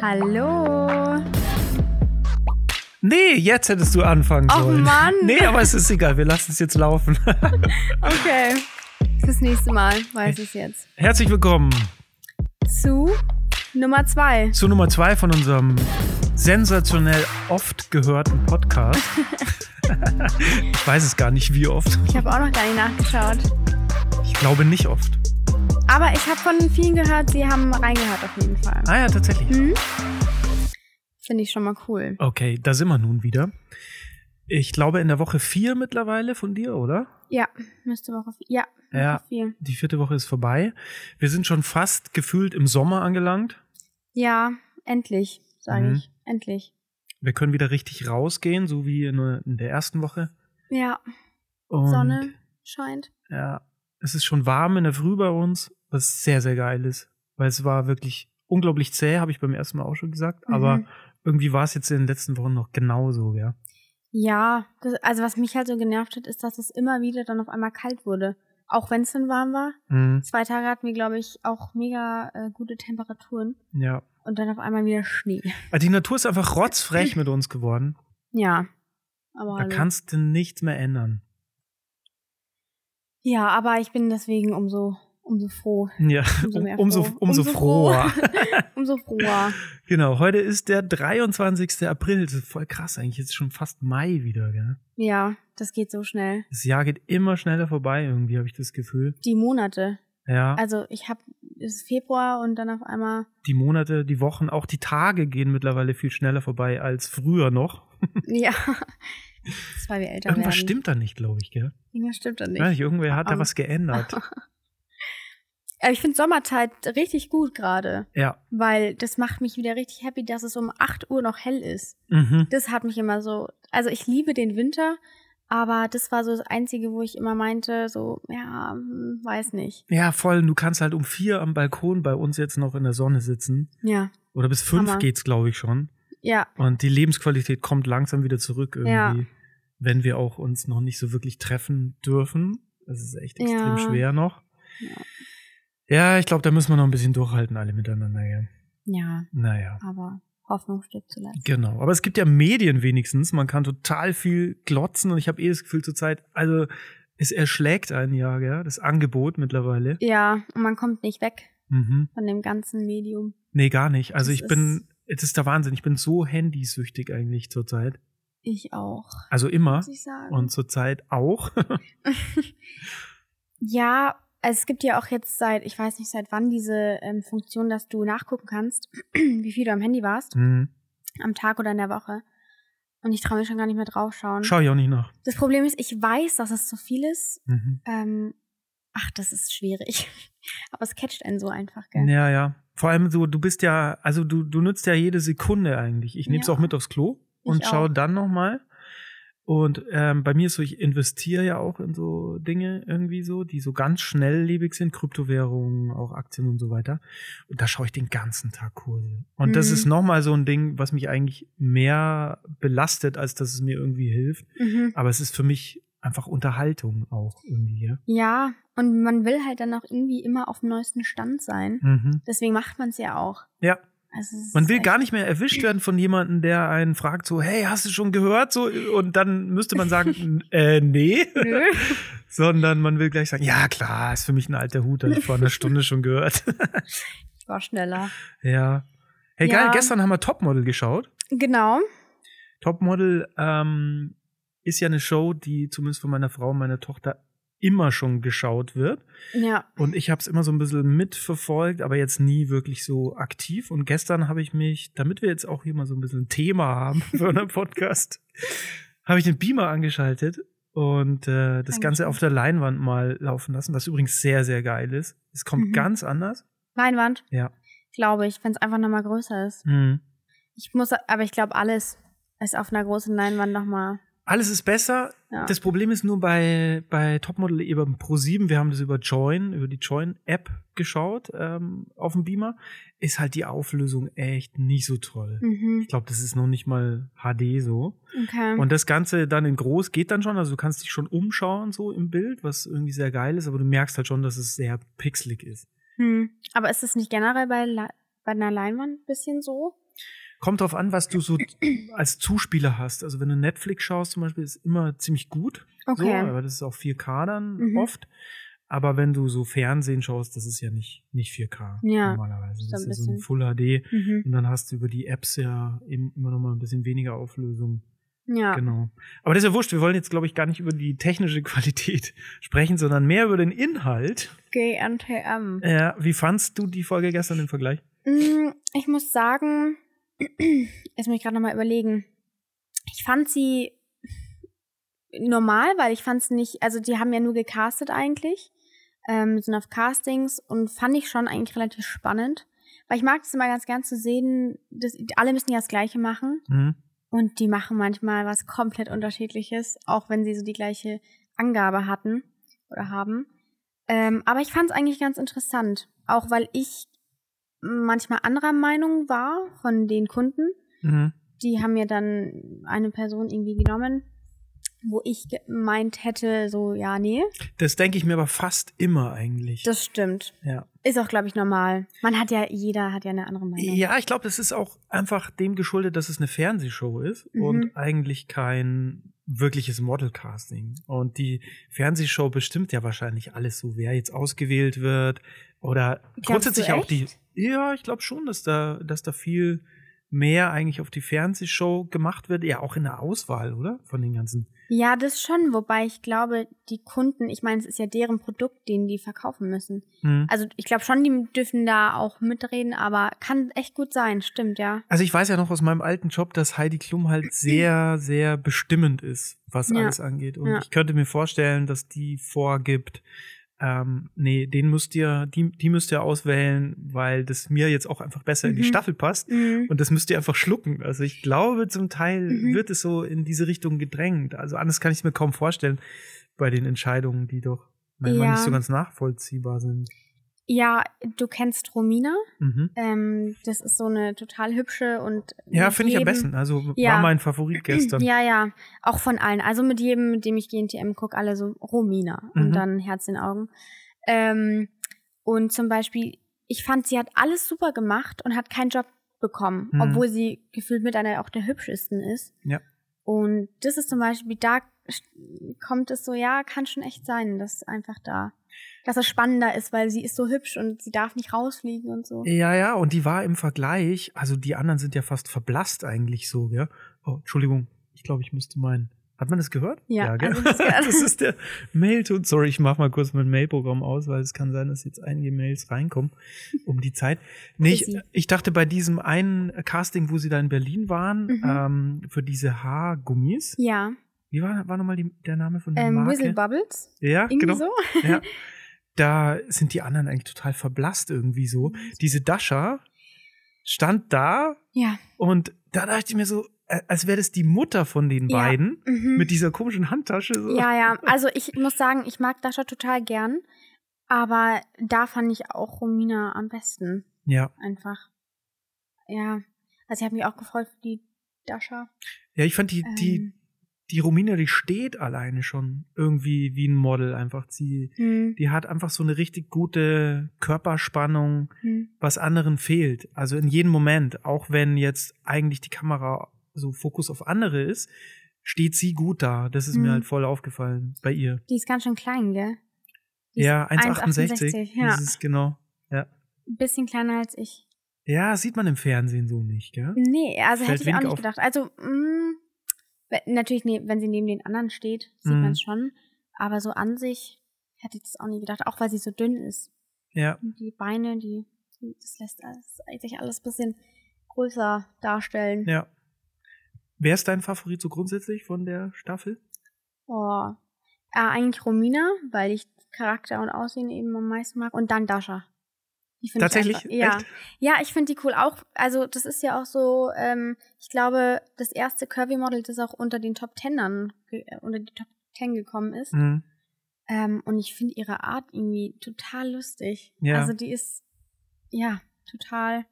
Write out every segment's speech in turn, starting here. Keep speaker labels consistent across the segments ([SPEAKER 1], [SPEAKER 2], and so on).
[SPEAKER 1] Hallo.
[SPEAKER 2] Nee, jetzt hättest du anfangen
[SPEAKER 1] Och,
[SPEAKER 2] sollen.
[SPEAKER 1] Mann.
[SPEAKER 2] Nee, aber es ist egal, wir lassen es jetzt laufen.
[SPEAKER 1] Okay. Fürs nächste Mal weiß ich jetzt.
[SPEAKER 2] Herzlich willkommen
[SPEAKER 1] Zu Nummer zwei.
[SPEAKER 2] zu Nummer zwei von unserem sensationell oft gehörten Podcast. ich weiß es gar nicht, wie oft.
[SPEAKER 1] Ich habe auch noch gar nicht nachgeschaut.
[SPEAKER 2] Ich glaube nicht oft.
[SPEAKER 1] Aber ich habe von vielen gehört, sie haben reingehört auf jeden Fall. Hm?
[SPEAKER 2] Ah ja, tatsächlich.
[SPEAKER 1] Finde ich schon mal cool.
[SPEAKER 2] Okay, da sind wir nun wieder. Ich glaube in der Woche vier mittlerweile von dir, oder?
[SPEAKER 1] Ja, müsste Woche vier. Ja,
[SPEAKER 2] Ja.
[SPEAKER 1] Woche vier.
[SPEAKER 2] Die vierte Woche ist vorbei. Wir sind schon fast gefühlt im Sommer angelangt.
[SPEAKER 1] Ja, endlich, sage
[SPEAKER 2] Mhm.
[SPEAKER 1] ich. Endlich.
[SPEAKER 2] Wir können wieder richtig rausgehen, so wie in der- in der ersten Woche.
[SPEAKER 1] Ja,
[SPEAKER 2] Und
[SPEAKER 1] Sonne scheint.
[SPEAKER 2] Ja, es ist schon warm in der Früh bei uns, was sehr, sehr geil ist. Weil es war wirklich unglaublich zäh, habe ich beim ersten Mal auch schon gesagt. Aber
[SPEAKER 1] Mhm.
[SPEAKER 2] irgendwie war es jetzt in den letzten Wochen noch genauso, ja.
[SPEAKER 1] Ja, das, also was mich halt so genervt hat, ist, dass es immer wieder dann auf einmal kalt wurde. Auch wenn es dann warm war.
[SPEAKER 2] Mhm.
[SPEAKER 1] Zwei Tage hatten wir, glaube ich, auch mega äh, gute Temperaturen.
[SPEAKER 2] Ja.
[SPEAKER 1] Und dann auf einmal wieder Schnee.
[SPEAKER 2] Aber die Natur ist einfach rotzfrech mit uns geworden.
[SPEAKER 1] Ja. Aber
[SPEAKER 2] Da
[SPEAKER 1] hallo.
[SPEAKER 2] kannst du nichts mehr ändern.
[SPEAKER 1] ja, aber ich bin deswegen umso, umso froh.
[SPEAKER 2] Ja,
[SPEAKER 1] Umso
[SPEAKER 2] um-
[SPEAKER 1] mehr
[SPEAKER 2] umso,
[SPEAKER 1] froh.
[SPEAKER 2] umso,
[SPEAKER 1] Umso
[SPEAKER 2] froher.
[SPEAKER 1] Umso froher.
[SPEAKER 2] genau, heute ist der 23. April. Das ist voll krass eigentlich. Jetzt ist schon fast Mai wieder, gell?
[SPEAKER 1] ja, das geht so schnell.
[SPEAKER 2] Das Jahr geht immer schneller vorbei, irgendwie, habe ich das Gefühl.
[SPEAKER 1] Die Monate.
[SPEAKER 2] Ja.
[SPEAKER 1] Also ich habe, es ist Februar und dann auf einmal,
[SPEAKER 2] die Monate, die Wochen, auch die Tage gehen mittlerweile viel schneller vorbei als früher noch.
[SPEAKER 1] ja. Das war wir älter
[SPEAKER 2] Irgendwas
[SPEAKER 1] werden.
[SPEAKER 2] stimmt da nicht, glaube ich, gell?
[SPEAKER 1] Irgendwas stimmt dann
[SPEAKER 2] Weiß
[SPEAKER 1] nicht.
[SPEAKER 2] Nicht. Irgendwer hat da
[SPEAKER 1] Ähm.
[SPEAKER 2] was geändert.
[SPEAKER 1] Aber ich finde Sommerzeit richtig gut gerade,
[SPEAKER 2] Ja.
[SPEAKER 1] weil das macht mich wieder richtig happy, dass es um 8 Uhr noch hell ist.
[SPEAKER 2] Mhm.
[SPEAKER 1] Das hat mich immer so, also ich liebe den Winter, aber das war so das Einzige, wo ich immer meinte, so, ja, hm, weiß nicht.
[SPEAKER 2] Ja, voll. Und Du kannst halt um vier am Balkon bei uns jetzt noch in der Sonne sitzen.
[SPEAKER 1] Ja,
[SPEAKER 2] Oder bis fünf
[SPEAKER 1] Hammer.
[SPEAKER 2] geht's, glaube ich, schon.
[SPEAKER 1] ja,
[SPEAKER 2] Und die Lebensqualität kommt langsam wieder zurück irgendwie,
[SPEAKER 1] Ja.
[SPEAKER 2] wenn wir auch uns noch nicht so wirklich treffen dürfen. Das ist echt extrem
[SPEAKER 1] Ja.
[SPEAKER 2] schwer noch.
[SPEAKER 1] Ja.
[SPEAKER 2] Ja, ich glaube, da müssen wir noch ein bisschen durchhalten, alle miteinander, gell?
[SPEAKER 1] ja,
[SPEAKER 2] Naja.
[SPEAKER 1] aber Hoffnung stirbt zuletzt.
[SPEAKER 2] Genau, aber es gibt ja Medien wenigstens. Man kann total viel glotzen und ich habe eh das Gefühl zur Zeit, also es erschlägt einen ja, gell? das Angebot mittlerweile.
[SPEAKER 1] Ja, und man kommt nicht weg
[SPEAKER 2] Mhm.
[SPEAKER 1] von dem ganzen Medium.
[SPEAKER 2] Nee, gar nicht. Also
[SPEAKER 1] Das
[SPEAKER 2] ich bin, es ist der Wahnsinn, ich bin so handysüchtig eigentlich zur Zeit.
[SPEAKER 1] Ich auch,
[SPEAKER 2] Also immer
[SPEAKER 1] muss ich sagen.
[SPEAKER 2] und zur Zeit auch.
[SPEAKER 1] Ja, also es gibt ja auch jetzt seit, ich weiß nicht seit wann, diese ähm, Funktion, dass du nachgucken kannst, wie viel du am Handy warst,
[SPEAKER 2] mhm.
[SPEAKER 1] am Tag oder in der Woche. Und ich traue mich schon gar nicht mehr draufschauen.
[SPEAKER 2] Schau ich auch nicht nach.
[SPEAKER 1] Das Problem ist, ich weiß, dass es zu viel ist.
[SPEAKER 2] Mhm.
[SPEAKER 1] Ähm, ach, das ist schwierig. Aber es catcht einen so einfach, gell?
[SPEAKER 2] Ja, ja. Vor allem so, du bist ja, also du, du nützt ja jede Sekunde eigentlich. Ich nehme es
[SPEAKER 1] Ja.
[SPEAKER 2] auch mit aufs Klo und
[SPEAKER 1] Ich
[SPEAKER 2] schaue
[SPEAKER 1] auch.
[SPEAKER 2] dann nochmal. Und ähm, bei mir ist so, ich investiere ja auch in so Dinge irgendwie so, die so ganz schnelllebig sind, Kryptowährungen, auch Aktien und so weiter. Und da schaue ich den ganzen Tag Kurse. Und das
[SPEAKER 1] Mhm.
[SPEAKER 2] ist nochmal so ein Ding, was mich eigentlich mehr belastet, als dass es mir irgendwie hilft.
[SPEAKER 1] Mhm.
[SPEAKER 2] Aber es ist für mich einfach Unterhaltung auch irgendwie. Ja?
[SPEAKER 1] Ja, und man will halt dann auch irgendwie immer auf dem neuesten Stand sein.
[SPEAKER 2] Mhm.
[SPEAKER 1] Deswegen macht man es ja auch.
[SPEAKER 2] Ja,
[SPEAKER 1] Also es
[SPEAKER 2] Man
[SPEAKER 1] ist
[SPEAKER 2] will
[SPEAKER 1] echt-
[SPEAKER 2] gar nicht mehr erwischt werden von jemandem, der einen fragt, so, hey, hast du schon gehört? So, und dann müsste man sagen, äh, nee.
[SPEAKER 1] Nö.
[SPEAKER 2] Sondern man will gleich sagen, ja klar, ist für mich ein alter Hut, habe ich vor einer Stunde schon gehört.
[SPEAKER 1] Ich war schneller.
[SPEAKER 2] ja. Hey, geil,
[SPEAKER 1] Ja.
[SPEAKER 2] gestern haben wir Topmodel geschaut.
[SPEAKER 1] Genau.
[SPEAKER 2] Topmodel ähm, ist ja eine Show, die zumindest von meiner Frau und meiner Tochter immer schon geschaut wird.
[SPEAKER 1] Ja.
[SPEAKER 2] Und ich habe es immer so ein bisschen mitverfolgt, aber jetzt nie wirklich so aktiv. Und gestern habe ich mich, damit wir jetzt auch hier mal so ein bisschen ein Thema haben für unseren Podcast, habe ich den Beamer angeschaltet und äh, das
[SPEAKER 1] Dankeschön.
[SPEAKER 2] Ganze auf der Leinwand mal laufen lassen, was übrigens sehr, sehr geil ist. Es kommt
[SPEAKER 1] Mhm.
[SPEAKER 2] ganz anders.
[SPEAKER 1] Leinwand.
[SPEAKER 2] Ja.
[SPEAKER 1] Glaube ich, wenn es einfach nochmal größer ist.
[SPEAKER 2] Mhm.
[SPEAKER 1] Ich muss, aber ich glaube, alles ist auf einer großen Leinwand nochmal
[SPEAKER 2] Alles ist besser.
[SPEAKER 1] Ja.
[SPEAKER 2] Das Problem ist nur bei, bei Topmodel über Pro7, wir haben das über Join, über die Join-App geschaut, ähm, auf dem Beamer, ist halt die Auflösung echt nicht so toll.
[SPEAKER 1] Mhm.
[SPEAKER 2] Ich glaube, das ist noch nicht mal HD so.
[SPEAKER 1] Okay.
[SPEAKER 2] Und das Ganze dann in groß geht dann schon. Also du kannst dich schon umschauen so im Bild, was irgendwie sehr geil ist, aber du merkst halt schon, dass es sehr pixelig ist.
[SPEAKER 1] hm. Aber ist das nicht generell bei, La- bei einer Leinwand ein bisschen so?
[SPEAKER 2] Kommt drauf an, was du so als Zuspieler hast. Also wenn du Netflix schaust zum Beispiel, ist immer ziemlich gut. So,
[SPEAKER 1] Okay.
[SPEAKER 2] aber das ist auch 4K dann
[SPEAKER 1] Mhm.
[SPEAKER 2] oft. Aber wenn du so Fernsehen schaust, das ist ja nicht, nicht 4K
[SPEAKER 1] Ja,
[SPEAKER 2] normalerweise. Das
[SPEAKER 1] so ein
[SPEAKER 2] ist ja so ein
[SPEAKER 1] bisschen.
[SPEAKER 2] Full HD.
[SPEAKER 1] mhm.
[SPEAKER 2] Und dann hast du über die Apps ja eben immer noch mal ein bisschen weniger Auflösung.
[SPEAKER 1] Ja.
[SPEAKER 2] Genau. Aber das ist ja wurscht. Wir wollen jetzt, glaube ich, gar nicht über die technische Qualität sprechen, sondern mehr über den Inhalt.
[SPEAKER 1] GNTM.
[SPEAKER 2] Äh, wie fandst du die Folge gestern im Vergleich?
[SPEAKER 1] Mm, Ich muss sagen, jetzt muss ich gerade nochmal überlegen. Ich fand sie normal, weil ich fand es nicht, also die haben ja nur gecastet eigentlich, ähm, sind auf Castings und fand ich schon eigentlich relativ spannend. Weil ich mag es immer ganz gern zu sehen, dass alle müssen ja das Gleiche machen
[SPEAKER 2] Hm?
[SPEAKER 1] und die machen manchmal was komplett unterschiedliches, auch wenn sie so die gleiche Angabe hatten oder haben. Ähm, aber ich fand es eigentlich ganz interessant, auch weil ich manchmal anderer Meinung war von den Kunden.
[SPEAKER 2] Mhm.
[SPEAKER 1] Die haben mir dann eine Person irgendwie genommen, wo ich gemeint hätte, so, ja, nee.
[SPEAKER 2] Das denke ich mir aber fast immer eigentlich.
[SPEAKER 1] Das stimmt.
[SPEAKER 2] ja.
[SPEAKER 1] Ist auch, glaube ich, normal. Man hat ja, jeder hat ja eine andere Meinung.
[SPEAKER 2] Ja, ich glaube, das ist auch einfach dem geschuldet, dass es eine Fernsehshow ist
[SPEAKER 1] Mhm.
[SPEAKER 2] und eigentlich kein wirkliches Modelcasting. Und die Fernsehshow bestimmt ja wahrscheinlich alles so, wer jetzt ausgewählt wird oder
[SPEAKER 1] Glaubst
[SPEAKER 2] grundsätzlich
[SPEAKER 1] du
[SPEAKER 2] auch die.
[SPEAKER 1] echt?
[SPEAKER 2] Ja, ich glaube schon, dass da, dass da viel mehr eigentlich auf die Fernsehshow gemacht wird. Ja, auch in der Auswahl, oder? Von den ganzen.
[SPEAKER 1] Ja, das schon, wobei ich glaube, die Kunden, ich meine, es ist ja deren Produkt, den die verkaufen müssen.
[SPEAKER 2] Hm.
[SPEAKER 1] Also ich glaube schon, die dürfen da auch mitreden, aber kann echt gut sein, stimmt, ja.
[SPEAKER 2] Also ich weiß ja noch aus meinem alten Job, dass Heidi Klum halt sehr, sehr bestimmend ist, was
[SPEAKER 1] Mhm. Ja.
[SPEAKER 2] alles angeht. Und
[SPEAKER 1] Ja.
[SPEAKER 2] ich könnte mir vorstellen, dass die vorgibt, ähm, nee, den müsst ihr, die, die müsst ihr auswählen, weil das mir jetzt auch einfach besser in die
[SPEAKER 1] Mhm.
[SPEAKER 2] Staffel passt.
[SPEAKER 1] Mhm.
[SPEAKER 2] Und das müsst ihr einfach schlucken. Also ich glaube, zum Teil
[SPEAKER 1] Mhm.
[SPEAKER 2] wird es so in diese Richtung gedrängt. Also anders kann ich es mir kaum vorstellen bei den Entscheidungen, die doch manchmal
[SPEAKER 1] Ja.
[SPEAKER 2] nicht so ganz nachvollziehbar sind.
[SPEAKER 1] Ja, du kennst Romina.
[SPEAKER 2] Mhm.
[SPEAKER 1] Ähm, das ist so eine total hübsche und
[SPEAKER 2] Ja,
[SPEAKER 1] mit
[SPEAKER 2] finde ich am
[SPEAKER 1] jedem-
[SPEAKER 2] besten. Also
[SPEAKER 1] Ja.
[SPEAKER 2] war mein Favorit gestern.
[SPEAKER 1] Ja, ja, auch von allen. Also mit jedem, mit dem ich GNTM gucke, alle so Romina
[SPEAKER 2] Mhm.
[SPEAKER 1] und dann Herz in Augen. Ähm, und zum Beispiel, ich fand, sie hat alles super gemacht und hat keinen Job bekommen,
[SPEAKER 2] Mhm.
[SPEAKER 1] obwohl sie gefühlt mit einer auch der hübschesten ist.
[SPEAKER 2] Ja.
[SPEAKER 1] Und das ist zum Beispiel, da st- kommt es so, ja, kann schon echt sein, dass einfach da, dass es spannender ist, weil sie ist so hübsch und sie darf nicht rausfliegen und so.
[SPEAKER 2] Ja, ja, und die war im Vergleich, also die anderen sind ja fast verblasst eigentlich so, gell? Oh, Entschuldigung, ich glaube, ich musste meinen. Hat man das gehört?
[SPEAKER 1] Ja, also
[SPEAKER 2] das,
[SPEAKER 1] das-
[SPEAKER 2] ist der Mailton. Sorry, ich mache mal kurz mein Mailprogramm aus, weil es kann sein, dass jetzt einige Mails reinkommen um die Zeit. Nee, ich,
[SPEAKER 1] Busy.
[SPEAKER 2] ich dachte bei diesem einen Casting, wo sie da in Berlin waren,
[SPEAKER 1] Mhm.
[SPEAKER 2] ähm, für diese Haargummis.
[SPEAKER 1] Ja,
[SPEAKER 2] Wie war, war nochmal die- der Name von der
[SPEAKER 1] ähm, Whistle
[SPEAKER 2] Marke?
[SPEAKER 1] Bubbles,
[SPEAKER 2] Ja,
[SPEAKER 1] irgendwie
[SPEAKER 2] genau.
[SPEAKER 1] so.
[SPEAKER 2] Ja. Da sind die anderen eigentlich total verblasst irgendwie so diese Dasha stand da
[SPEAKER 1] Ja.
[SPEAKER 2] und da dachte ich mir so, äh, als wäre das die Mutter von den
[SPEAKER 1] Ja.
[SPEAKER 2] beiden
[SPEAKER 1] Mhm.
[SPEAKER 2] mit dieser komischen Handtasche. So.
[SPEAKER 1] Ja, ja. Also ich muss sagen, ich mag Dasha total gern. Aber da fand ich auch Romina am besten.
[SPEAKER 2] ja.
[SPEAKER 1] Einfach. Ja. Also ich habe mich auch gefreut für die Dasha.
[SPEAKER 2] Ja, ich fand die, die,
[SPEAKER 1] Ähm,
[SPEAKER 2] die Romina, die steht alleine schon irgendwie wie ein Model einfach. Sie,
[SPEAKER 1] hm,
[SPEAKER 2] die hat einfach so eine richtig gute Körperspannung,
[SPEAKER 1] hm.
[SPEAKER 2] was anderen fehlt. Also in jedem Moment, auch wenn jetzt eigentlich die Kamera so Fokus auf andere ist, steht sie gut da. Das ist mir
[SPEAKER 1] Mhm.
[SPEAKER 2] halt voll aufgefallen bei ihr.
[SPEAKER 1] Die ist ganz schön klein, gell? Die ist
[SPEAKER 2] Ja, 1,68.
[SPEAKER 1] 1,68, ja.
[SPEAKER 2] Das ist genau.
[SPEAKER 1] Ein bisschen kleiner als ich.
[SPEAKER 2] Ja, sieht man im Fernsehen so nicht, gell?
[SPEAKER 1] Nee, also
[SPEAKER 2] Fällt
[SPEAKER 1] hätte ich auch
[SPEAKER 2] wenig
[SPEAKER 1] nicht
[SPEAKER 2] auf.
[SPEAKER 1] gedacht. Also, mh, we- natürlich, ne, wenn sie neben den anderen steht, sieht
[SPEAKER 2] Mhm.
[SPEAKER 1] man es schon. Aber so an sich hätte ich das auch nie gedacht. Auch weil sie so dünn ist.
[SPEAKER 2] Ja.
[SPEAKER 1] die Beine, die, die das lässt alles, sich alles ein bisschen größer darstellen.
[SPEAKER 2] Ja. Wer ist dein Favorit so grundsätzlich von der Staffel?
[SPEAKER 1] Oh. Äh, eigentlich Romina, weil ich Charakter und Aussehen eben am meisten mag. Und dann Dasha. Die find
[SPEAKER 2] Tatsächlich?
[SPEAKER 1] Ich einfach, ja.
[SPEAKER 2] Echt?
[SPEAKER 1] ja, ich finde die cool. Auch, also das ist ja auch so, ähm, ich glaube, das erste Curvy-Model, das auch unter den Top Tenern, ge- äh, unter die Top Ten gekommen ist.
[SPEAKER 2] Mhm.
[SPEAKER 1] Ähm, und ich finde ihre Art irgendwie total lustig.
[SPEAKER 2] Ja.
[SPEAKER 1] Also die ist, ja, total,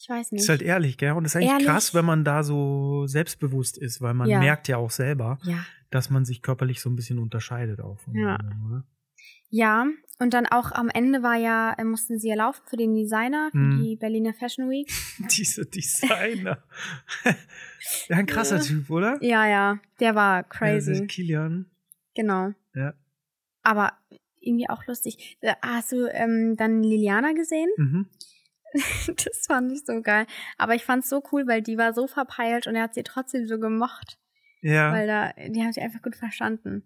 [SPEAKER 1] ich weiß nicht.
[SPEAKER 2] Ist halt ehrlich, gell? Und ist eigentlich
[SPEAKER 1] Ehrlich.
[SPEAKER 2] krass, wenn man da so selbstbewusst ist, weil man
[SPEAKER 1] Ja.
[SPEAKER 2] merkt ja auch selber,
[SPEAKER 1] ja.
[SPEAKER 2] dass man sich körperlich so ein bisschen unterscheidet auch von
[SPEAKER 1] Ja.
[SPEAKER 2] anderen, oder?
[SPEAKER 1] Ja, und dann auch am Ende war ja, äh, mussten sie ja laufen für den Designer, für
[SPEAKER 2] Mhm.
[SPEAKER 1] die Berliner Fashion Week.
[SPEAKER 2] Dieser Designer. ja, ein krasser
[SPEAKER 1] Ja.
[SPEAKER 2] Typ, oder?
[SPEAKER 1] Ja, ja, der war
[SPEAKER 2] Ja, das
[SPEAKER 1] crazy.
[SPEAKER 2] ist Kilian.
[SPEAKER 1] Genau.
[SPEAKER 2] Ja.
[SPEAKER 1] Aber irgendwie auch lustig. Äh, Hast du ähm, dann Liliana gesehen?
[SPEAKER 2] Mhm.
[SPEAKER 1] das fand ich so geil. Aber ich fand's so cool, weil die war so verpeilt und er hat sie trotzdem so gemocht.
[SPEAKER 2] Ja.
[SPEAKER 1] Weil da, die haben sie einfach gut verstanden.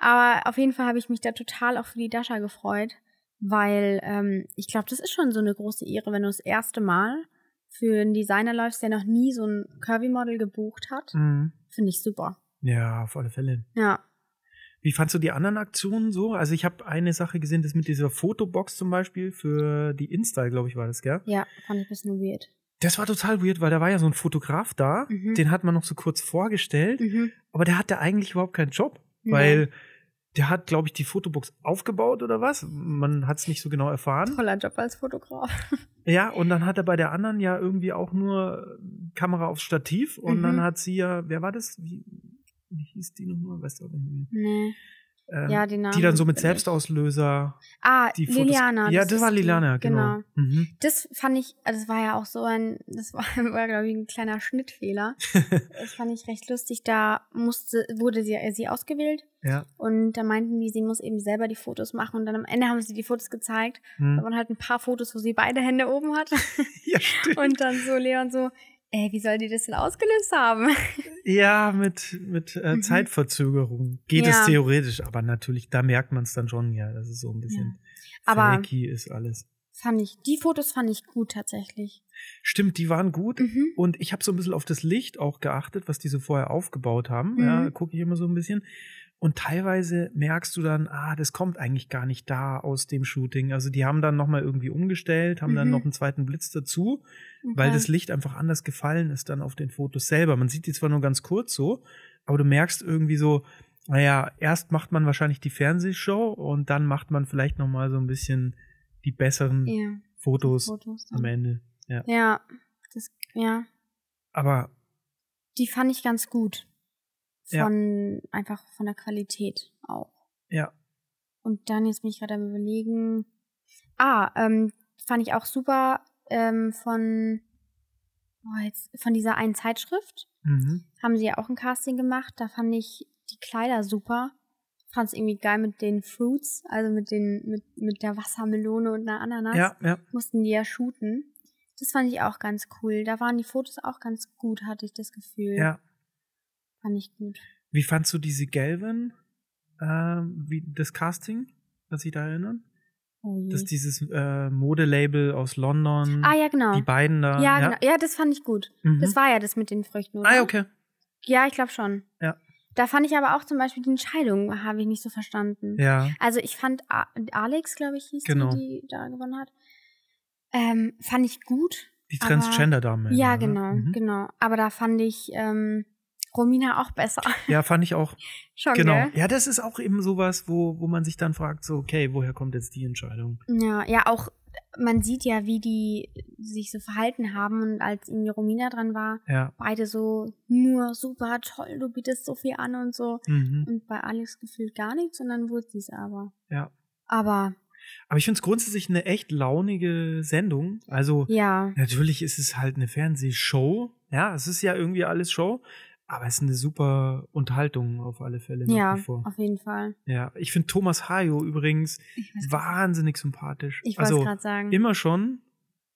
[SPEAKER 1] Aber auf jeden Fall habe ich mich da total auch für die Dasha gefreut, weil ähm, ich glaube, das ist schon so eine große Ehre, wenn du das erste Mal für einen Designer läufst, der noch nie so ein Curvy-Model gebucht hat.
[SPEAKER 2] Mhm.
[SPEAKER 1] Finde ich super.
[SPEAKER 2] Ja, auf alle Fälle.
[SPEAKER 1] Ja.
[SPEAKER 2] Wie fandst du die anderen Aktionen so? Also ich habe eine Sache gesehen, das mit dieser Fotobox zum Beispiel für die Insta, glaube ich, war das, gell?
[SPEAKER 1] Ja, fand ich ein bisschen weird.
[SPEAKER 2] Das war total weird, weil da war ja so ein Fotograf da,
[SPEAKER 1] Mhm.
[SPEAKER 2] den hat man noch so kurz vorgestellt,
[SPEAKER 1] Mhm.
[SPEAKER 2] aber der hatte eigentlich überhaupt keinen Job,
[SPEAKER 1] Nee.
[SPEAKER 2] weil der hat, glaube ich, die Fotobox aufgebaut oder was? Man hat es nicht so genau erfahren.
[SPEAKER 1] Toller Job als Fotograf.
[SPEAKER 2] Ja, und dann hat er bei der anderen ja irgendwie auch nur äh, Kamera aufs Stativ und
[SPEAKER 1] Mhm.
[SPEAKER 2] dann hat sie ja, wer war das? Wie, wie hieß die nochmal? Weißt du auch nicht mehr.
[SPEAKER 1] Nee.
[SPEAKER 2] Ähm,
[SPEAKER 1] ja, den Namen.
[SPEAKER 2] die dann so mit
[SPEAKER 1] bin ich.
[SPEAKER 2] Selbstauslöser
[SPEAKER 1] Ah,
[SPEAKER 2] die Fotos.
[SPEAKER 1] Liliana.
[SPEAKER 2] ja, das
[SPEAKER 1] ist
[SPEAKER 2] war
[SPEAKER 1] die-
[SPEAKER 2] Liliana, genau. Mhm.
[SPEAKER 1] Das fand ich, also das war ja auch so ein, das war, war glaube ich, ein kleiner Schnittfehler. das fand ich recht lustig. Da musste, wurde sie, äh, sie ausgewählt
[SPEAKER 2] Ja.
[SPEAKER 1] und da meinten die, sie muss eben selber die Fotos machen. Und dann am Ende haben sie die Fotos gezeigt. Da
[SPEAKER 2] Mhm.
[SPEAKER 1] waren halt ein paar Fotos, wo sie beide Hände oben hat.
[SPEAKER 2] Ja, stimmt.
[SPEAKER 1] Und dann so Leon so, ey, wie soll die das denn ausgelöst haben?
[SPEAKER 2] ja, mit, mit äh,
[SPEAKER 1] Mhm.
[SPEAKER 2] Zeitverzögerung geht
[SPEAKER 1] Ja.
[SPEAKER 2] es theoretisch, aber natürlich, da merkt man es dann schon, ja, dass es so ein bisschen
[SPEAKER 1] Aber-
[SPEAKER 2] fakey ist alles.
[SPEAKER 1] Fand ich, die Fotos fand ich gut tatsächlich.
[SPEAKER 2] Stimmt, die waren gut.
[SPEAKER 1] Mhm.
[SPEAKER 2] Und ich habe so ein bisschen auf das Licht auch geachtet, was die so vorher aufgebaut haben. Ja,
[SPEAKER 1] Mhm.
[SPEAKER 2] gucke ich immer so ein bisschen. Und teilweise merkst du dann, ah, das kommt eigentlich gar nicht da aus dem Shooting. Also die haben dann nochmal irgendwie umgestellt, haben dann
[SPEAKER 1] Mhm.
[SPEAKER 2] noch einen zweiten Blitz dazu, weil
[SPEAKER 1] Okay.
[SPEAKER 2] das Licht einfach anders gefallen ist dann auf den Fotos selber. Man sieht die zwar nur ganz kurz so, aber du merkst irgendwie so, naja, erst macht man wahrscheinlich die Fernsehshow und dann macht man vielleicht nochmal so ein bisschen die besseren
[SPEAKER 1] ja,
[SPEAKER 2] Fotos
[SPEAKER 1] Fotos
[SPEAKER 2] am Ende. Ja.
[SPEAKER 1] ja, das, ja.
[SPEAKER 2] Aber
[SPEAKER 1] die fand ich ganz gut.
[SPEAKER 2] Ja.
[SPEAKER 1] Von einfach von der Qualität auch.
[SPEAKER 2] ja,
[SPEAKER 1] Und dann jetzt bin ich gerade am überlegen. Ah, ähm, fand ich auch super ähm, von oh, jetzt, von dieser einen Zeitschrift
[SPEAKER 2] mhm.
[SPEAKER 1] haben sie ja auch ein Casting gemacht. Da fand ich die Kleider super. Fand es irgendwie geil mit den Fruits, also mit den mit mit der Wassermelone und einer Ananas
[SPEAKER 2] ja, ja.
[SPEAKER 1] mussten die ja shooten. Das fand ich auch ganz cool. Da waren die Fotos auch ganz gut, hatte ich das Gefühl.
[SPEAKER 2] Ja.
[SPEAKER 1] Fand ich gut.
[SPEAKER 2] Wie fandst du diese gelben, ähm, wie das Casting? Kannst du dich da erinnern?
[SPEAKER 1] Oh je.
[SPEAKER 2] Das ist dieses äh, Modelabel aus London.
[SPEAKER 1] ah, ja, genau.
[SPEAKER 2] Die beiden da.
[SPEAKER 1] ja, genau. Ja, das fand ich gut.
[SPEAKER 2] Mhm.
[SPEAKER 1] Das war ja das mit den Früchten. Oder?
[SPEAKER 2] ah, ja, okay.
[SPEAKER 1] Ja, ich glaube schon.
[SPEAKER 2] Ja.
[SPEAKER 1] Da fand ich aber auch zum Beispiel die Entscheidung, habe ich nicht so verstanden.
[SPEAKER 2] Ja.
[SPEAKER 1] Also ich fand A Alex, glaube ich, hieß
[SPEAKER 2] Genau.
[SPEAKER 1] die, die da gewonnen hat. Ähm, fand ich gut.
[SPEAKER 2] Die
[SPEAKER 1] Aber-
[SPEAKER 2] Transgender-Dame.
[SPEAKER 1] ja,
[SPEAKER 2] oder?
[SPEAKER 1] genau,
[SPEAKER 2] Mhm.
[SPEAKER 1] genau. Aber da fand ich ähm, Romina auch besser.
[SPEAKER 2] Ja, fand ich auch.
[SPEAKER 1] schon,
[SPEAKER 2] Genau.
[SPEAKER 1] gell?
[SPEAKER 2] Ja, das ist auch eben sowas, wo, wo man sich dann fragt, so, okay, woher kommt jetzt die Entscheidung?
[SPEAKER 1] Ja, ja, auch man sieht ja, wie die sich so verhalten haben und als irgendwie Romina dran war,
[SPEAKER 2] Ja.
[SPEAKER 1] beide so nur super toll, du bietest so viel an und so.
[SPEAKER 2] Mhm.
[SPEAKER 1] Und bei Alex gefühlt gar nichts und dann wurde sie es aber.
[SPEAKER 2] Ja.
[SPEAKER 1] Aber
[SPEAKER 2] Aber ich finde es grundsätzlich eine echt launige Sendung. Also,
[SPEAKER 1] ja,
[SPEAKER 2] Natürlich ist es halt eine Fernsehshow. Ja, es ist ja irgendwie alles Show, aber es ist eine super Unterhaltung auf alle Fälle nach
[SPEAKER 1] ja,
[SPEAKER 2] wie vor.
[SPEAKER 1] auf jeden Fall.
[SPEAKER 2] Ja, ich finde Thomas Hayo übrigens
[SPEAKER 1] Ich weiß grad-
[SPEAKER 2] wahnsinnig sympathisch.
[SPEAKER 1] ich wollte es
[SPEAKER 2] also
[SPEAKER 1] gerade sagen.
[SPEAKER 2] immer schon.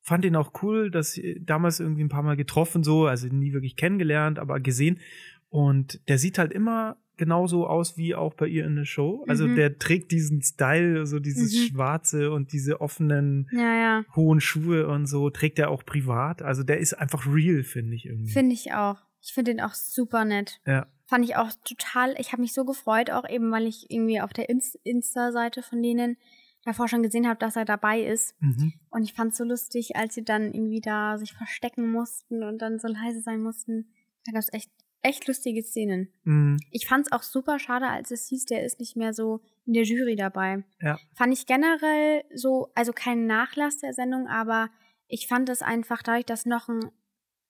[SPEAKER 2] Fand ihn auch cool, dass damals irgendwie ein paar Mal getroffen so, also nie wirklich kennengelernt, aber gesehen. Und der sieht halt immer genauso aus wie auch bei ihr in der Show. Also
[SPEAKER 1] Mhm.
[SPEAKER 2] der trägt diesen Style, so dieses
[SPEAKER 1] Mhm.
[SPEAKER 2] Schwarze und diese offenen
[SPEAKER 1] ja, ja,
[SPEAKER 2] hohen Schuhe und so trägt er auch privat. Also der ist einfach real, finde ich irgendwie.
[SPEAKER 1] finde ich auch. Ich finde den auch super nett.
[SPEAKER 2] Ja.
[SPEAKER 1] Fand ich auch total, ich habe mich so gefreut, auch eben, weil ich irgendwie auf der Inst- Insta-Seite von denen davor schon gesehen habe, dass er dabei ist.
[SPEAKER 2] Mhm.
[SPEAKER 1] Und ich fand's so lustig, als sie dann irgendwie da sich verstecken mussten und dann so leise sein mussten. Da gab's echt, echt lustige Szenen.
[SPEAKER 2] Mhm.
[SPEAKER 1] Ich fand's auch super schade, als es hieß, der ist nicht mehr so in der Jury dabei.
[SPEAKER 2] Ja.
[SPEAKER 1] Fand ich generell so, also kein Nachlass der Sendung, aber ich fand es einfach dadurch, dass noch ein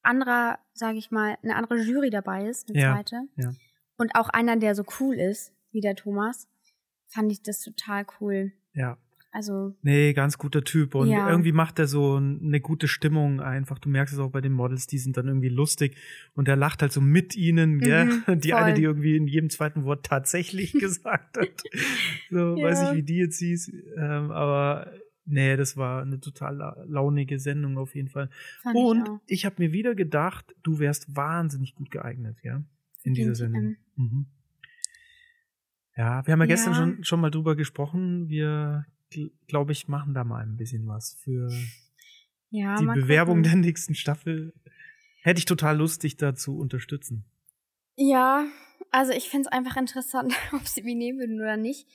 [SPEAKER 1] anderer, sage ich mal, eine andere Jury dabei ist, eine
[SPEAKER 2] Ja,
[SPEAKER 1] zweite.
[SPEAKER 2] ja.
[SPEAKER 1] Und auch einer, der so cool ist, wie der Thomas, fand ich das total cool.
[SPEAKER 2] Ja.
[SPEAKER 1] Also,
[SPEAKER 2] Nee, ganz guter Typ. Und
[SPEAKER 1] Ja.
[SPEAKER 2] irgendwie macht er so eine gute Stimmung einfach. Du merkst es auch bei den Models, die sind dann irgendwie lustig. Und er lacht halt so mit ihnen, gell?
[SPEAKER 1] Mhm,
[SPEAKER 2] Die
[SPEAKER 1] voll.
[SPEAKER 2] eine, die irgendwie in jedem zweiten Wort tatsächlich gesagt hat. So,
[SPEAKER 1] Ja.
[SPEAKER 2] weiß ich, wie die jetzt hieß. Ähm, aber nee, das war eine total la launige Sendung auf jeden Fall.
[SPEAKER 1] fand ich auch.
[SPEAKER 2] Und ich, hab habe mir wieder gedacht, du wärst wahnsinnig gut geeignet, ja? In dieser
[SPEAKER 1] Kind,
[SPEAKER 2] Sendung.
[SPEAKER 1] ähm,
[SPEAKER 2] Mhm. Ja, wir haben ja gestern
[SPEAKER 1] Ja.
[SPEAKER 2] schon, schon mal drüber gesprochen. Wir, glaube ich, machen da mal ein bisschen was für
[SPEAKER 1] Ja,
[SPEAKER 2] die
[SPEAKER 1] mal gucken.
[SPEAKER 2] Bewerbung der nächsten Staffel. Hätte ich total Lust, dich da zu unterstützen.
[SPEAKER 1] Ja, also ich find's einfach interessant, ob sie mich nehmen würden oder nicht.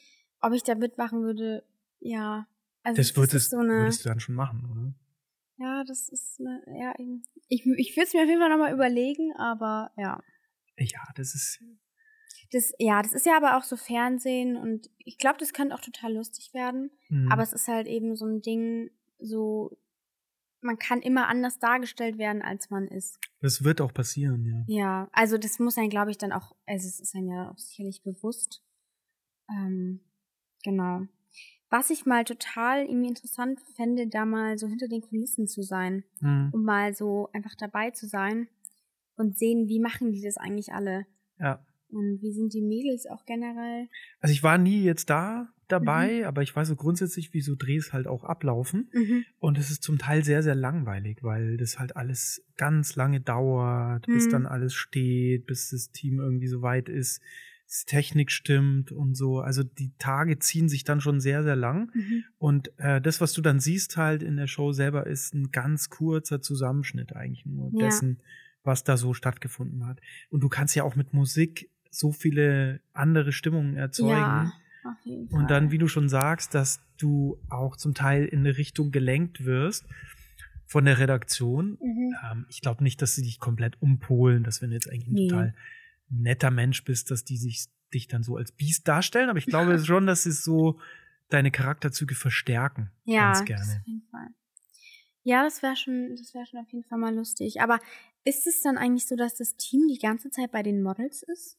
[SPEAKER 1] Ob ich da mitmachen würde, ja. Also
[SPEAKER 2] Das, würdest,
[SPEAKER 1] ist so eine,
[SPEAKER 2] würdest du dann schon machen, oder?
[SPEAKER 1] Ja, das ist eine, ja, ich, ich würde es mir auf jeden Fall nochmal überlegen, aber ja.
[SPEAKER 2] Ja, das ist.
[SPEAKER 1] Das, ja, das ist ja aber auch so Fernsehen und ich glaube, das könnte auch total lustig werden.
[SPEAKER 2] Mh.
[SPEAKER 1] Aber es ist halt eben so ein Ding, so, man kann immer anders dargestellt werden, als man ist.
[SPEAKER 2] das wird auch passieren, ja.
[SPEAKER 1] Ja, also das muss einem, glaube ich, dann auch, also es ist einem ja auch sicherlich bewusst. Ähm, genau. Was ich mal total irgendwie interessant fände, da mal so hinter den Kulissen zu sein
[SPEAKER 2] Mhm.
[SPEAKER 1] um mal so einfach dabei zu sein und sehen, wie machen die das eigentlich alle
[SPEAKER 2] Ja.
[SPEAKER 1] und wie sind die Mädels auch generell.
[SPEAKER 2] Also ich war nie jetzt da
[SPEAKER 1] Mhm.
[SPEAKER 2] dabei, aber ich weiß so grundsätzlich, wie so Drehs halt auch ablaufen. Und es ist zum Teil sehr, sehr langweilig, weil das halt alles ganz lange dauert, bis
[SPEAKER 1] Mhm.
[SPEAKER 2] dann alles steht, bis das Team irgendwie so weit ist, dass die Technik stimmt und so. Also die Tage ziehen sich dann schon sehr, sehr lang. Und äh, das, was du dann siehst halt in der Show selber, ist ein ganz kurzer Zusammenschnitt eigentlich nur
[SPEAKER 1] Ja.
[SPEAKER 2] dessen, was da so stattgefunden hat. Und du kannst ja auch mit Musik so viele andere Stimmungen erzeugen.
[SPEAKER 1] Ja, auf jeden Fall.
[SPEAKER 2] Und dann, wie du schon sagst, dass du auch zum Teil in eine Richtung gelenkt wirst von der Redaktion.
[SPEAKER 1] Mhm.
[SPEAKER 2] Ähm, ich glaube nicht, dass sie dich komplett umpolen, dass wenn du jetzt eigentlich ein
[SPEAKER 1] Nee.
[SPEAKER 2] total netter Mensch bist, dass die sich, dich dann so als Biest darstellen. Aber ich glaube schon, dass sie so deine Charakterzüge verstärken.
[SPEAKER 1] Ja,
[SPEAKER 2] Ganz
[SPEAKER 1] Das
[SPEAKER 2] gerne.
[SPEAKER 1] auf jeden Fall. Ja, das wäre schon, das wäre schon auf jeden Fall mal lustig. Aber ist es dann eigentlich so, dass das Team die ganze Zeit bei den Models ist?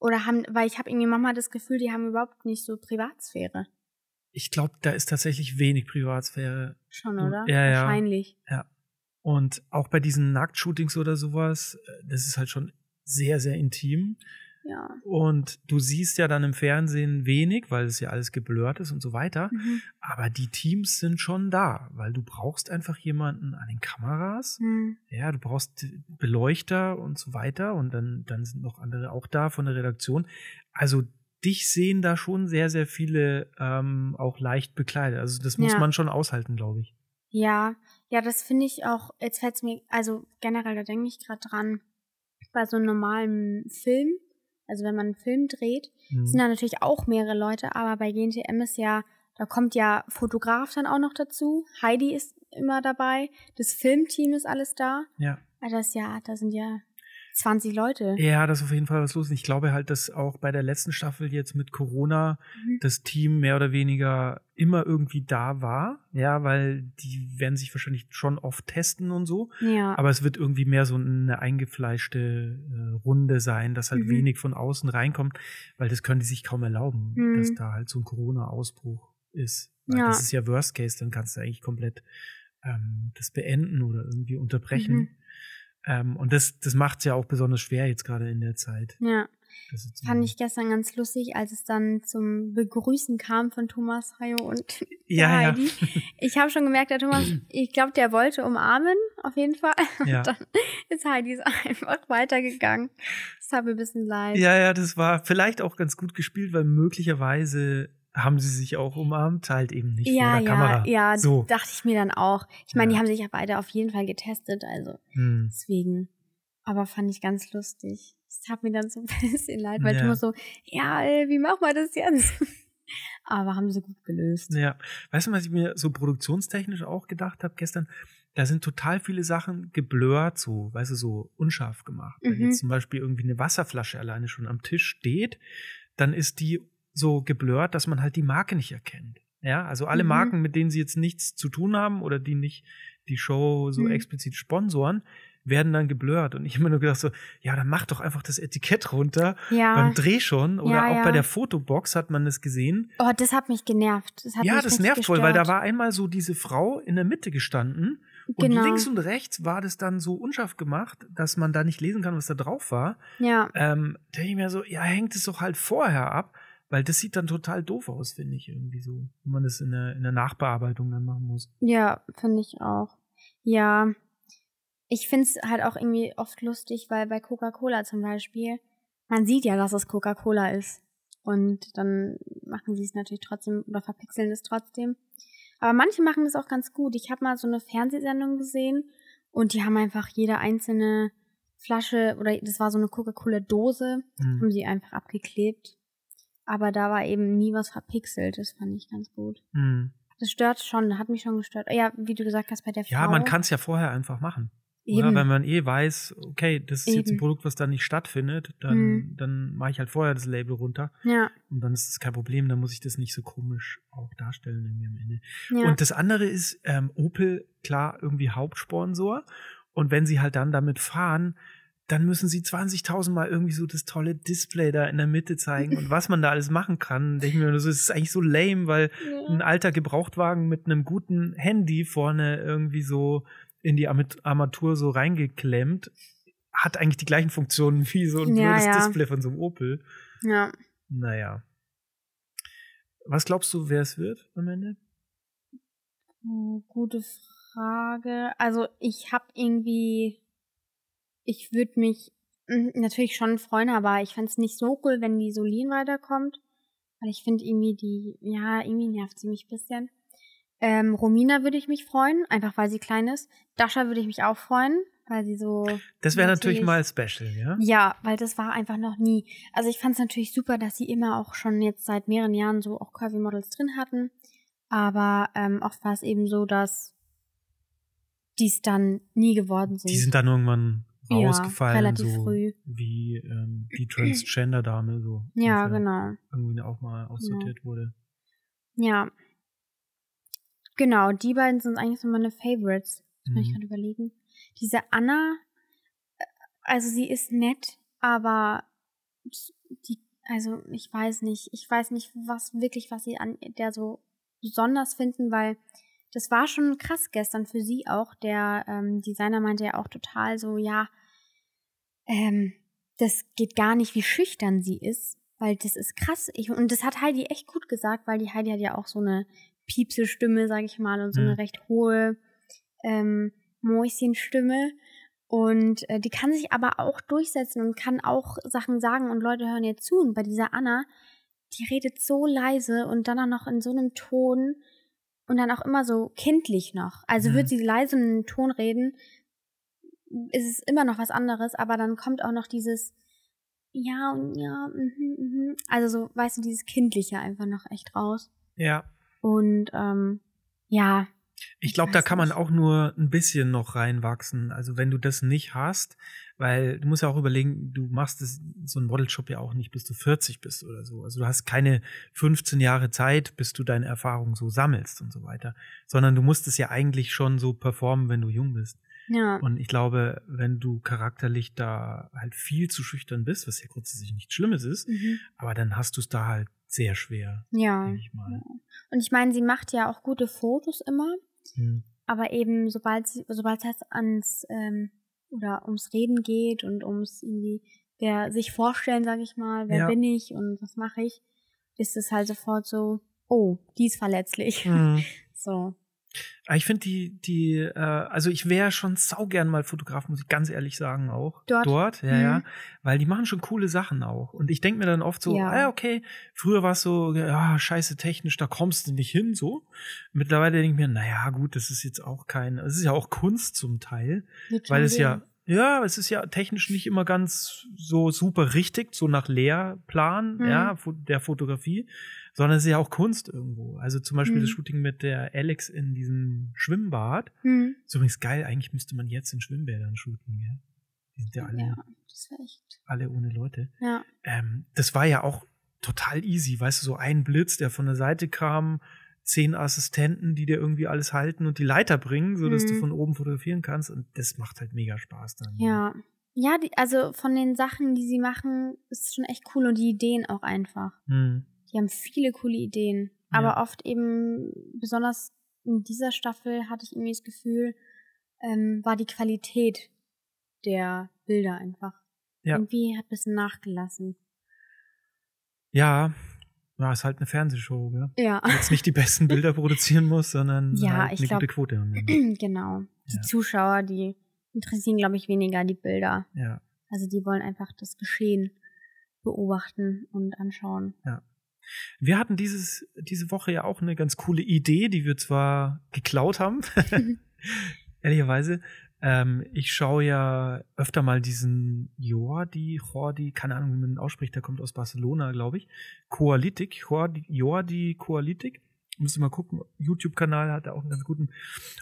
[SPEAKER 1] Oder haben, weil ich habe irgendwie Mama das Gefühl, die haben überhaupt nicht so Privatsphäre.
[SPEAKER 2] Ich glaube, da ist tatsächlich wenig Privatsphäre.
[SPEAKER 1] Schon,
[SPEAKER 2] Du-
[SPEAKER 1] oder?
[SPEAKER 2] Hm, ja, ja.
[SPEAKER 1] Wahrscheinlich.
[SPEAKER 2] Und auch bei diesen Nacktshootings oder sowas, äh, das ist halt schon sehr, sehr intim.
[SPEAKER 1] Ja.
[SPEAKER 2] Und du siehst ja dann im Fernsehen wenig, weil es ja alles geblurrt ist und so weiter.
[SPEAKER 1] Mhm.
[SPEAKER 2] Aber die Teams sind schon da, weil du brauchst einfach jemanden an den Kameras.
[SPEAKER 1] Mhm.
[SPEAKER 2] Ja, du brauchst Beleuchter und so weiter. Und dann, dann sind noch andere auch da von der Redaktion. Also dich sehen da schon sehr, sehr viele ähm, auch leicht bekleidet. Also das muss
[SPEAKER 1] Ja.
[SPEAKER 2] man schon aushalten, glaube ich.
[SPEAKER 1] Ja, ja, das finde ich auch, jetzt fällt es mir, also generell, da denke ich gerade dran, bei so einem normalen Film, also wenn man einen Film dreht,
[SPEAKER 2] Mhm.
[SPEAKER 1] sind da natürlich auch mehrere Leute, aber bei GNTM ist ja, da kommt ja Fotograf dann auch noch dazu, Heidi ist immer dabei, das Filmteam ist alles da,
[SPEAKER 2] Ja.
[SPEAKER 1] also das ist ja, da sind ja 20 Leute.
[SPEAKER 2] Ja, das ist auf jeden Fall was los. Und ich glaube halt, dass auch bei der letzten Staffel jetzt mit Corona
[SPEAKER 1] Mhm.
[SPEAKER 2] das Team mehr oder weniger immer irgendwie da war. Ja, weil die werden sich wahrscheinlich schon oft testen und so.
[SPEAKER 1] Ja,
[SPEAKER 2] Aber es wird irgendwie mehr so eine eingefleischte äh, Runde sein, dass halt
[SPEAKER 1] Mhm.
[SPEAKER 2] wenig von außen reinkommt, weil das können die sich kaum erlauben,
[SPEAKER 1] Mhm.
[SPEAKER 2] dass da halt so ein Corona-Ausbruch ist. Weil
[SPEAKER 1] Ja.
[SPEAKER 2] Das ist ja Worst Case, dann kannst du eigentlich komplett ähm, das beenden oder irgendwie unterbrechen.
[SPEAKER 1] Mhm.
[SPEAKER 2] Ähm, und das, das macht es ja auch besonders schwer jetzt gerade in der Zeit.
[SPEAKER 1] ja.
[SPEAKER 2] Das ist so-
[SPEAKER 1] Fand ich gestern ganz lustig, als es dann zum Begrüßen kam von Thomas Hayo und
[SPEAKER 2] ja, ja,
[SPEAKER 1] Heidi. Ich habe schon gemerkt, der Thomas, ich glaube, der wollte umarmen, auf jeden Fall.
[SPEAKER 2] Ja.
[SPEAKER 1] Und dann ist Heidi so einfach weitergegangen. Das tat mir ein bisschen leid.
[SPEAKER 2] ja, ja, das war vielleicht auch ganz gut gespielt, weil möglicherweise haben sie sich auch umarmt, halt eben nicht vor
[SPEAKER 1] ja,
[SPEAKER 2] der
[SPEAKER 1] ja,
[SPEAKER 2] Kamera.
[SPEAKER 1] ja,
[SPEAKER 2] So.
[SPEAKER 1] dachte ich mir dann auch. Ich meine,
[SPEAKER 2] Ja.
[SPEAKER 1] die haben sich ja beide auf jeden Fall getestet, also
[SPEAKER 2] Hm.
[SPEAKER 1] deswegen. Aber fand ich ganz lustig. Das tat mir dann so ein bisschen leid, weil
[SPEAKER 2] Ja.
[SPEAKER 1] Thomas so, ja, ey, wie machen wir das jetzt? Aber haben sie gut gelöst.
[SPEAKER 2] Ja, weißt du, was ich mir so produktionstechnisch auch gedacht habe gestern? Da sind total viele Sachen geblurrt, so, weißt du, so unscharf gemacht. Wenn
[SPEAKER 1] Mhm.
[SPEAKER 2] jetzt zum Beispiel irgendwie eine Wasserflasche alleine schon am Tisch steht, dann ist die so geblurrt, dass man halt die Marke nicht erkennt. Ja, also alle
[SPEAKER 1] Mhm.
[SPEAKER 2] Marken, mit denen sie jetzt nichts zu tun haben oder die nicht die Show so
[SPEAKER 1] Mhm.
[SPEAKER 2] explizit sponsoren, werden dann geblurrt. Und ich habe mir nur gedacht so, ja, dann mach doch einfach das Etikett runter
[SPEAKER 1] Ja.
[SPEAKER 2] beim Dreh schon oder
[SPEAKER 1] Ja,
[SPEAKER 2] auch
[SPEAKER 1] ja.
[SPEAKER 2] bei der Fotobox hat man es gesehen
[SPEAKER 1] Oh, das hat mich genervt. Das hat
[SPEAKER 2] ja,
[SPEAKER 1] mich
[SPEAKER 2] das
[SPEAKER 1] richtig
[SPEAKER 2] nervt voll, weil da
[SPEAKER 1] gestört.
[SPEAKER 2] war einmal so diese Frau in der Mitte gestanden und
[SPEAKER 1] genau.
[SPEAKER 2] links und rechts war das dann so unscharf gemacht, dass man da nicht lesen kann, was da drauf war.
[SPEAKER 1] ja.
[SPEAKER 2] Ähm, da denke ich mir so, ja, hängt es doch halt vorher ab, weil das sieht dann total doof aus, finde ich irgendwie so, wenn man das in der, in der Nachbearbeitung dann machen muss.
[SPEAKER 1] Ja, finde ich auch. Ja. Ich finde es halt auch irgendwie oft lustig, weil bei Coca-Cola zum Beispiel, man sieht ja, dass es Coca-Cola ist. Und dann machen sie es natürlich trotzdem oder verpixeln es trotzdem. Aber manche machen das auch ganz gut. Ich habe mal so eine Fernsehsendung gesehen und die haben einfach jede einzelne Flasche oder das war so eine Coca-Cola-Dose,
[SPEAKER 2] Hm.
[SPEAKER 1] haben sie einfach abgeklebt. Aber da war eben nie was verpixelt. Das fand ich ganz gut.
[SPEAKER 2] Hm.
[SPEAKER 1] Das stört schon, hat mich schon gestört. Ja, wie du gesagt hast, bei der Frau.
[SPEAKER 2] Ja, man kann es ja vorher einfach machen. Oder
[SPEAKER 1] Eben.
[SPEAKER 2] wenn man eh weiß, okay, das ist jetzt ein
[SPEAKER 1] Eben.
[SPEAKER 2] Produkt, was da nicht stattfindet, dann,
[SPEAKER 1] Hm.
[SPEAKER 2] dann mache ich halt vorher das Label runter
[SPEAKER 1] ja,
[SPEAKER 2] und dann ist es kein Problem, dann muss ich das nicht so komisch auch darstellen irgendwie am Ende.
[SPEAKER 1] ja.
[SPEAKER 2] Und das andere ist, ähm, Opel, klar, irgendwie Hauptsponsor. Und wenn sie halt dann damit fahren, dann müssen sie 20.000 Mal irgendwie so das tolle Display da in der Mitte zeigen und was man da alles machen kann. Denke ich mir, nur so, das ist eigentlich so lame, weil ein
[SPEAKER 1] ja.
[SPEAKER 2] alter Gebrauchtwagen mit einem guten Handy vorne irgendwie so in die Armat- Armatur so reingeklemmt hat eigentlich die gleichen Funktionen wie so ein
[SPEAKER 1] Ja,
[SPEAKER 2] blödes
[SPEAKER 1] ja.
[SPEAKER 2] Display von so einem Opel.
[SPEAKER 1] ja.
[SPEAKER 2] Naja. Was glaubst du, wer es wird am Ende?
[SPEAKER 1] Oh, Gute Frage. Also, ich habe irgendwie. Ich würde mich mm, natürlich schon freuen, aber ich fänd's nicht so cool, wenn die Solin weiterkommt. Weil ich finde irgendwie die. Ja, irgendwie nervt sie mich ein bisschen. Ähm, Romina würde ich mich freuen, einfach weil sie klein ist. Dasha würde ich mich auch freuen, weil sie so.
[SPEAKER 2] Das wäre natürlich
[SPEAKER 1] Natürlich.
[SPEAKER 2] mal special, ja?
[SPEAKER 1] Ja, weil das war einfach noch nie. Also ich fand es natürlich super, dass sie immer auch schon jetzt seit mehreren Jahren so auch Curvy Models drin hatten. Aber ähm, oft war es eben so, dass dies dann nie geworden sind.
[SPEAKER 2] Die sind dann irgendwann rausgefallen,
[SPEAKER 1] Ja, relativ
[SPEAKER 2] so
[SPEAKER 1] früh.
[SPEAKER 2] wie ähm, die Transgender-Dame so
[SPEAKER 1] Ja,
[SPEAKER 2] ungefähr
[SPEAKER 1] genau.
[SPEAKER 2] irgendwie auch mal aussortiert wurde.
[SPEAKER 1] Ja. Genau, die beiden sind eigentlich so meine Favorites. Das muss ich
[SPEAKER 2] Mhm.
[SPEAKER 1] gerade überlegen. Diese Anna, äh, also sie ist nett, aber die, also ich weiß nicht, ich weiß nicht, was wirklich, was sie an der so besonders finden, weil das war schon krass gestern für sie auch. Der ähm, Designer meinte ja auch total so, ja, ähm, das geht gar nicht, wie schüchtern sie ist, weil das ist krass. Ich, und das hat Heidi echt gut gesagt, weil die Heidi hat ja auch so eine piepse Stimme, sage ich mal, und so
[SPEAKER 2] Mhm.
[SPEAKER 1] eine recht hohe ähm, Mäuschenstimme. Und äh, die kann sich aber auch durchsetzen und kann auch Sachen sagen und Leute hören ihr zu. Und bei dieser Anna, die redet so leise und dann auch noch in so einem Ton und dann auch immer so kindlich noch. Also
[SPEAKER 2] Mhm.
[SPEAKER 1] wird sie leise in einem Ton reden, ist es immer noch was anderes, aber dann kommt auch noch dieses ja und ja, mhm, mhm. also so, weißt du, dieses Kindliche einfach noch echt raus.
[SPEAKER 2] Ja,
[SPEAKER 1] Und ähm, ja,
[SPEAKER 2] ich
[SPEAKER 1] Ich
[SPEAKER 2] glaube, da
[SPEAKER 1] weiß
[SPEAKER 2] kann man
[SPEAKER 1] nicht.
[SPEAKER 2] auch nur ein bisschen noch reinwachsen. Also wenn du das nicht hast, weil du musst ja auch überlegen, du machst das, so einen Modelshop ja auch nicht, bis du 40 bist oder so. Also du hast keine 15 Jahre Zeit, bis du deine Erfahrungen so sammelst und so weiter, sondern du musst es ja eigentlich schon so performen, wenn du jung bist.
[SPEAKER 1] ja,
[SPEAKER 2] Und ich glaube, wenn du charakterlich da halt viel zu schüchtern bist, was ja grundsätzlich nichts Schlimmes ist,
[SPEAKER 1] mhm.
[SPEAKER 2] aber dann hast du es da halt sehr schwer,
[SPEAKER 1] ja.
[SPEAKER 2] denke ich mal.
[SPEAKER 1] Und ich meine, sie macht ja auch gute Fotos immer,
[SPEAKER 2] Hm.
[SPEAKER 1] aber eben sobald sie, sobald es ans ähm, oder ums Reden geht und ums irgendwie wer sich vorstellen, sage ich mal, wer
[SPEAKER 2] Ja.
[SPEAKER 1] bin ich und was mache ich, ist es halt sofort so, oh, die ist verletzlich.
[SPEAKER 2] Hm.
[SPEAKER 1] So.
[SPEAKER 2] Aber ich finde die, die, äh, also ich wäre schon saugern mal Fotograf, muss ich ganz ehrlich sagen auch.
[SPEAKER 1] Dort?
[SPEAKER 2] Dort, ja,
[SPEAKER 1] Mhm.
[SPEAKER 2] ja. Weil die machen schon coole Sachen auch. Und ich denke mir dann oft so,
[SPEAKER 1] Ja.
[SPEAKER 2] ah, ja, okay, früher war es so, ja, scheiße technisch, da kommst du nicht hin, so. Mittlerweile denke ich mir, naja, gut, das ist jetzt auch kein, es ist ja auch Kunst zum Teil.
[SPEAKER 1] wird schon
[SPEAKER 2] Weil es
[SPEAKER 1] gehen.
[SPEAKER 2] ja, ja, es ist ja technisch nicht immer ganz so super richtig, so nach Lehrplan,
[SPEAKER 1] Mhm.
[SPEAKER 2] ja, fo- der Fotografie. sondern es ist ja auch Kunst irgendwo. Also zum Beispiel
[SPEAKER 1] Mhm.
[SPEAKER 2] das Shooting mit der Alex in diesem Schwimmbad.
[SPEAKER 1] Hm.
[SPEAKER 2] Ist übrigens geil, eigentlich müsste man jetzt in Schwimmbädern shooten, ja. Die sind ja alle,
[SPEAKER 1] Ja, das war echt.
[SPEAKER 2] alle ohne Leute.
[SPEAKER 1] Ja.
[SPEAKER 2] Ähm, das war ja auch total easy, weißt du, so ein Blitz, der von der Seite kam, zehn Assistenten, die dir irgendwie alles halten und die Leiter bringen, sodass du
[SPEAKER 1] Mhm.
[SPEAKER 2] von oben fotografieren kannst. Und das macht halt mega Spaß dann.
[SPEAKER 1] Ja. Ja, die, also von den Sachen, die sie machen, ist es schon echt cool und die Ideen auch einfach.
[SPEAKER 2] Hm.
[SPEAKER 1] Die haben viele coole Ideen.
[SPEAKER 2] Ja.
[SPEAKER 1] Aber oft eben, besonders in dieser Staffel hatte ich irgendwie das Gefühl, ähm, war die Qualität der Bilder einfach.
[SPEAKER 2] Ja.
[SPEAKER 1] Irgendwie hat das nachgelassen.
[SPEAKER 2] Ja, ja, ist halt eine Fernsehshow, gell?
[SPEAKER 1] Ja.
[SPEAKER 2] Die Jetzt nicht die besten Bilder produzieren muss, sondern
[SPEAKER 1] Ja,
[SPEAKER 2] halt
[SPEAKER 1] ich
[SPEAKER 2] eine
[SPEAKER 1] glaub-
[SPEAKER 2] gute Quote. haben.
[SPEAKER 1] genau. Die
[SPEAKER 2] Ja.
[SPEAKER 1] Zuschauer, die interessieren, glaube ich, weniger die Bilder.
[SPEAKER 2] Ja.
[SPEAKER 1] Also die wollen einfach das Geschehen beobachten und anschauen.
[SPEAKER 2] Wir hatten dieses, diese Woche ja auch eine ganz coole Idee, die wir zwar geklaut haben, ehrlicherweise. Ähm, ich schaue ja öfter mal diesen Jordi, Jordi, keine Ahnung, wie man ihn ausspricht, der kommt aus Barcelona, glaube ich. Koalitik, Jordi, Jordi Koalitik. Müsste mal gucken, YouTube-Kanal hat er auch einen ganz guten.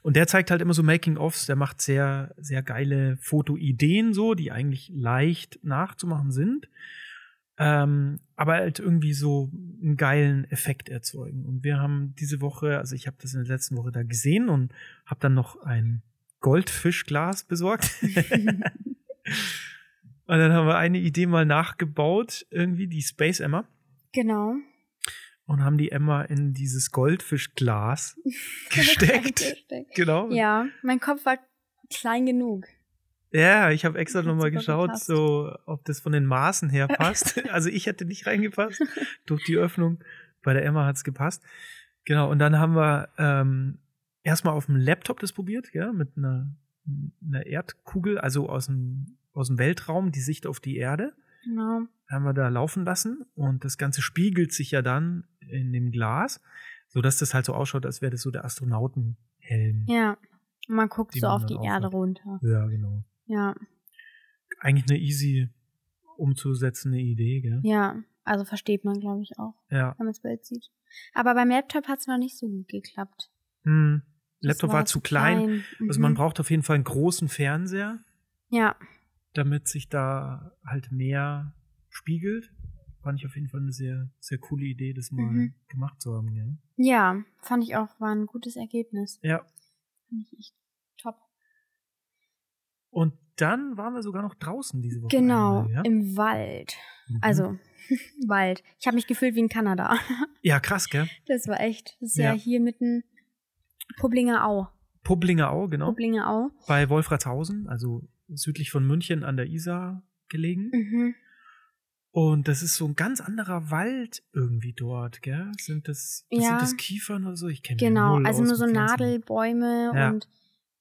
[SPEAKER 2] Und der zeigt halt immer so Making-ofs, der macht sehr, sehr geile Fotoideen so, die eigentlich leicht nachzumachen sind. Ähm, aber halt irgendwie so einen geilen Effekt erzeugen. Und wir haben diese Woche, also ich habe das in der letzten Woche da gesehen und habe dann noch ein Goldfischglas besorgt. und dann haben wir eine Idee mal nachgebaut, irgendwie die Space Emma.
[SPEAKER 1] Genau.
[SPEAKER 2] Und haben die Emma in dieses Goldfischglas gesteckt.
[SPEAKER 1] Gesteckt.
[SPEAKER 2] genau.
[SPEAKER 1] Ja, mein Kopf war klein genug.
[SPEAKER 2] Ja, ich habe extra
[SPEAKER 1] Hat
[SPEAKER 2] nochmal
[SPEAKER 1] super
[SPEAKER 2] geschaut,
[SPEAKER 1] gepasst.
[SPEAKER 2] so ob das von den Maßen her passt. also ich hätte nicht reingepasst durch die Öffnung. Bei der Emma hat's gepasst. Genau, und dann haben wir ähm, erstmal auf dem Laptop das probiert, ja, mit einer, einer Erdkugel, also aus dem, aus dem Weltraum, die Sicht auf die Erde.
[SPEAKER 1] Genau.
[SPEAKER 2] Haben wir da laufen lassen und das Ganze spiegelt sich ja dann in dem Glas, sodass das halt so ausschaut, als wäre das so der Astronautenhelm.
[SPEAKER 1] Ja. Und man guckt
[SPEAKER 2] Die
[SPEAKER 1] so
[SPEAKER 2] man
[SPEAKER 1] auf
[SPEAKER 2] dann
[SPEAKER 1] die
[SPEAKER 2] aufhat.
[SPEAKER 1] Erde runter.
[SPEAKER 2] ja genau.
[SPEAKER 1] Ja.
[SPEAKER 2] Eigentlich eine easy umzusetzende Idee, gell?
[SPEAKER 1] Ja. Also versteht man, glaube ich, auch,
[SPEAKER 2] Ja.
[SPEAKER 1] wenn man das Bild sieht. Aber beim Laptop hat es noch nicht so gut geklappt.
[SPEAKER 2] Hm.
[SPEAKER 1] Das
[SPEAKER 2] Laptop war, zu klein.
[SPEAKER 1] Mhm.
[SPEAKER 2] Also man braucht auf jeden Fall einen großen Fernseher,
[SPEAKER 1] Ja.
[SPEAKER 2] damit sich da halt mehr spiegelt. Fand ich auf jeden Fall eine sehr, sehr coole Idee, das mal
[SPEAKER 1] Mhm.
[SPEAKER 2] gemacht zu haben, gell?
[SPEAKER 1] Ja. Fand ich auch, war ein gutes Ergebnis.
[SPEAKER 2] Ja.
[SPEAKER 1] Fand ich echt top.
[SPEAKER 2] Und dann waren wir sogar noch draußen diese Woche.
[SPEAKER 1] Genau.
[SPEAKER 2] einmal, ja?
[SPEAKER 1] Im Wald.
[SPEAKER 2] Mhm.
[SPEAKER 1] Also, Wald. Ich habe mich gefühlt wie in Kanada.
[SPEAKER 2] Ja, krass, gell?
[SPEAKER 1] Das war echt. Das ist ja,
[SPEAKER 2] Ja.
[SPEAKER 1] hier mitten Publinger Au.
[SPEAKER 2] Publinger Au, genau.
[SPEAKER 1] Publinger Au.
[SPEAKER 2] Bei Wolfratshausen, also südlich von München an der Isar gelegen.
[SPEAKER 1] Mhm.
[SPEAKER 2] Und das ist so ein ganz anderer Wald irgendwie dort, gell? Sind das, das
[SPEAKER 1] Ja.
[SPEAKER 2] sind das Kiefern oder so? Ich kenne mich
[SPEAKER 1] Genau.
[SPEAKER 2] null
[SPEAKER 1] Also
[SPEAKER 2] aus
[SPEAKER 1] nur so
[SPEAKER 2] mit Pflanzen.
[SPEAKER 1] Nadelbäume
[SPEAKER 2] Ja.
[SPEAKER 1] und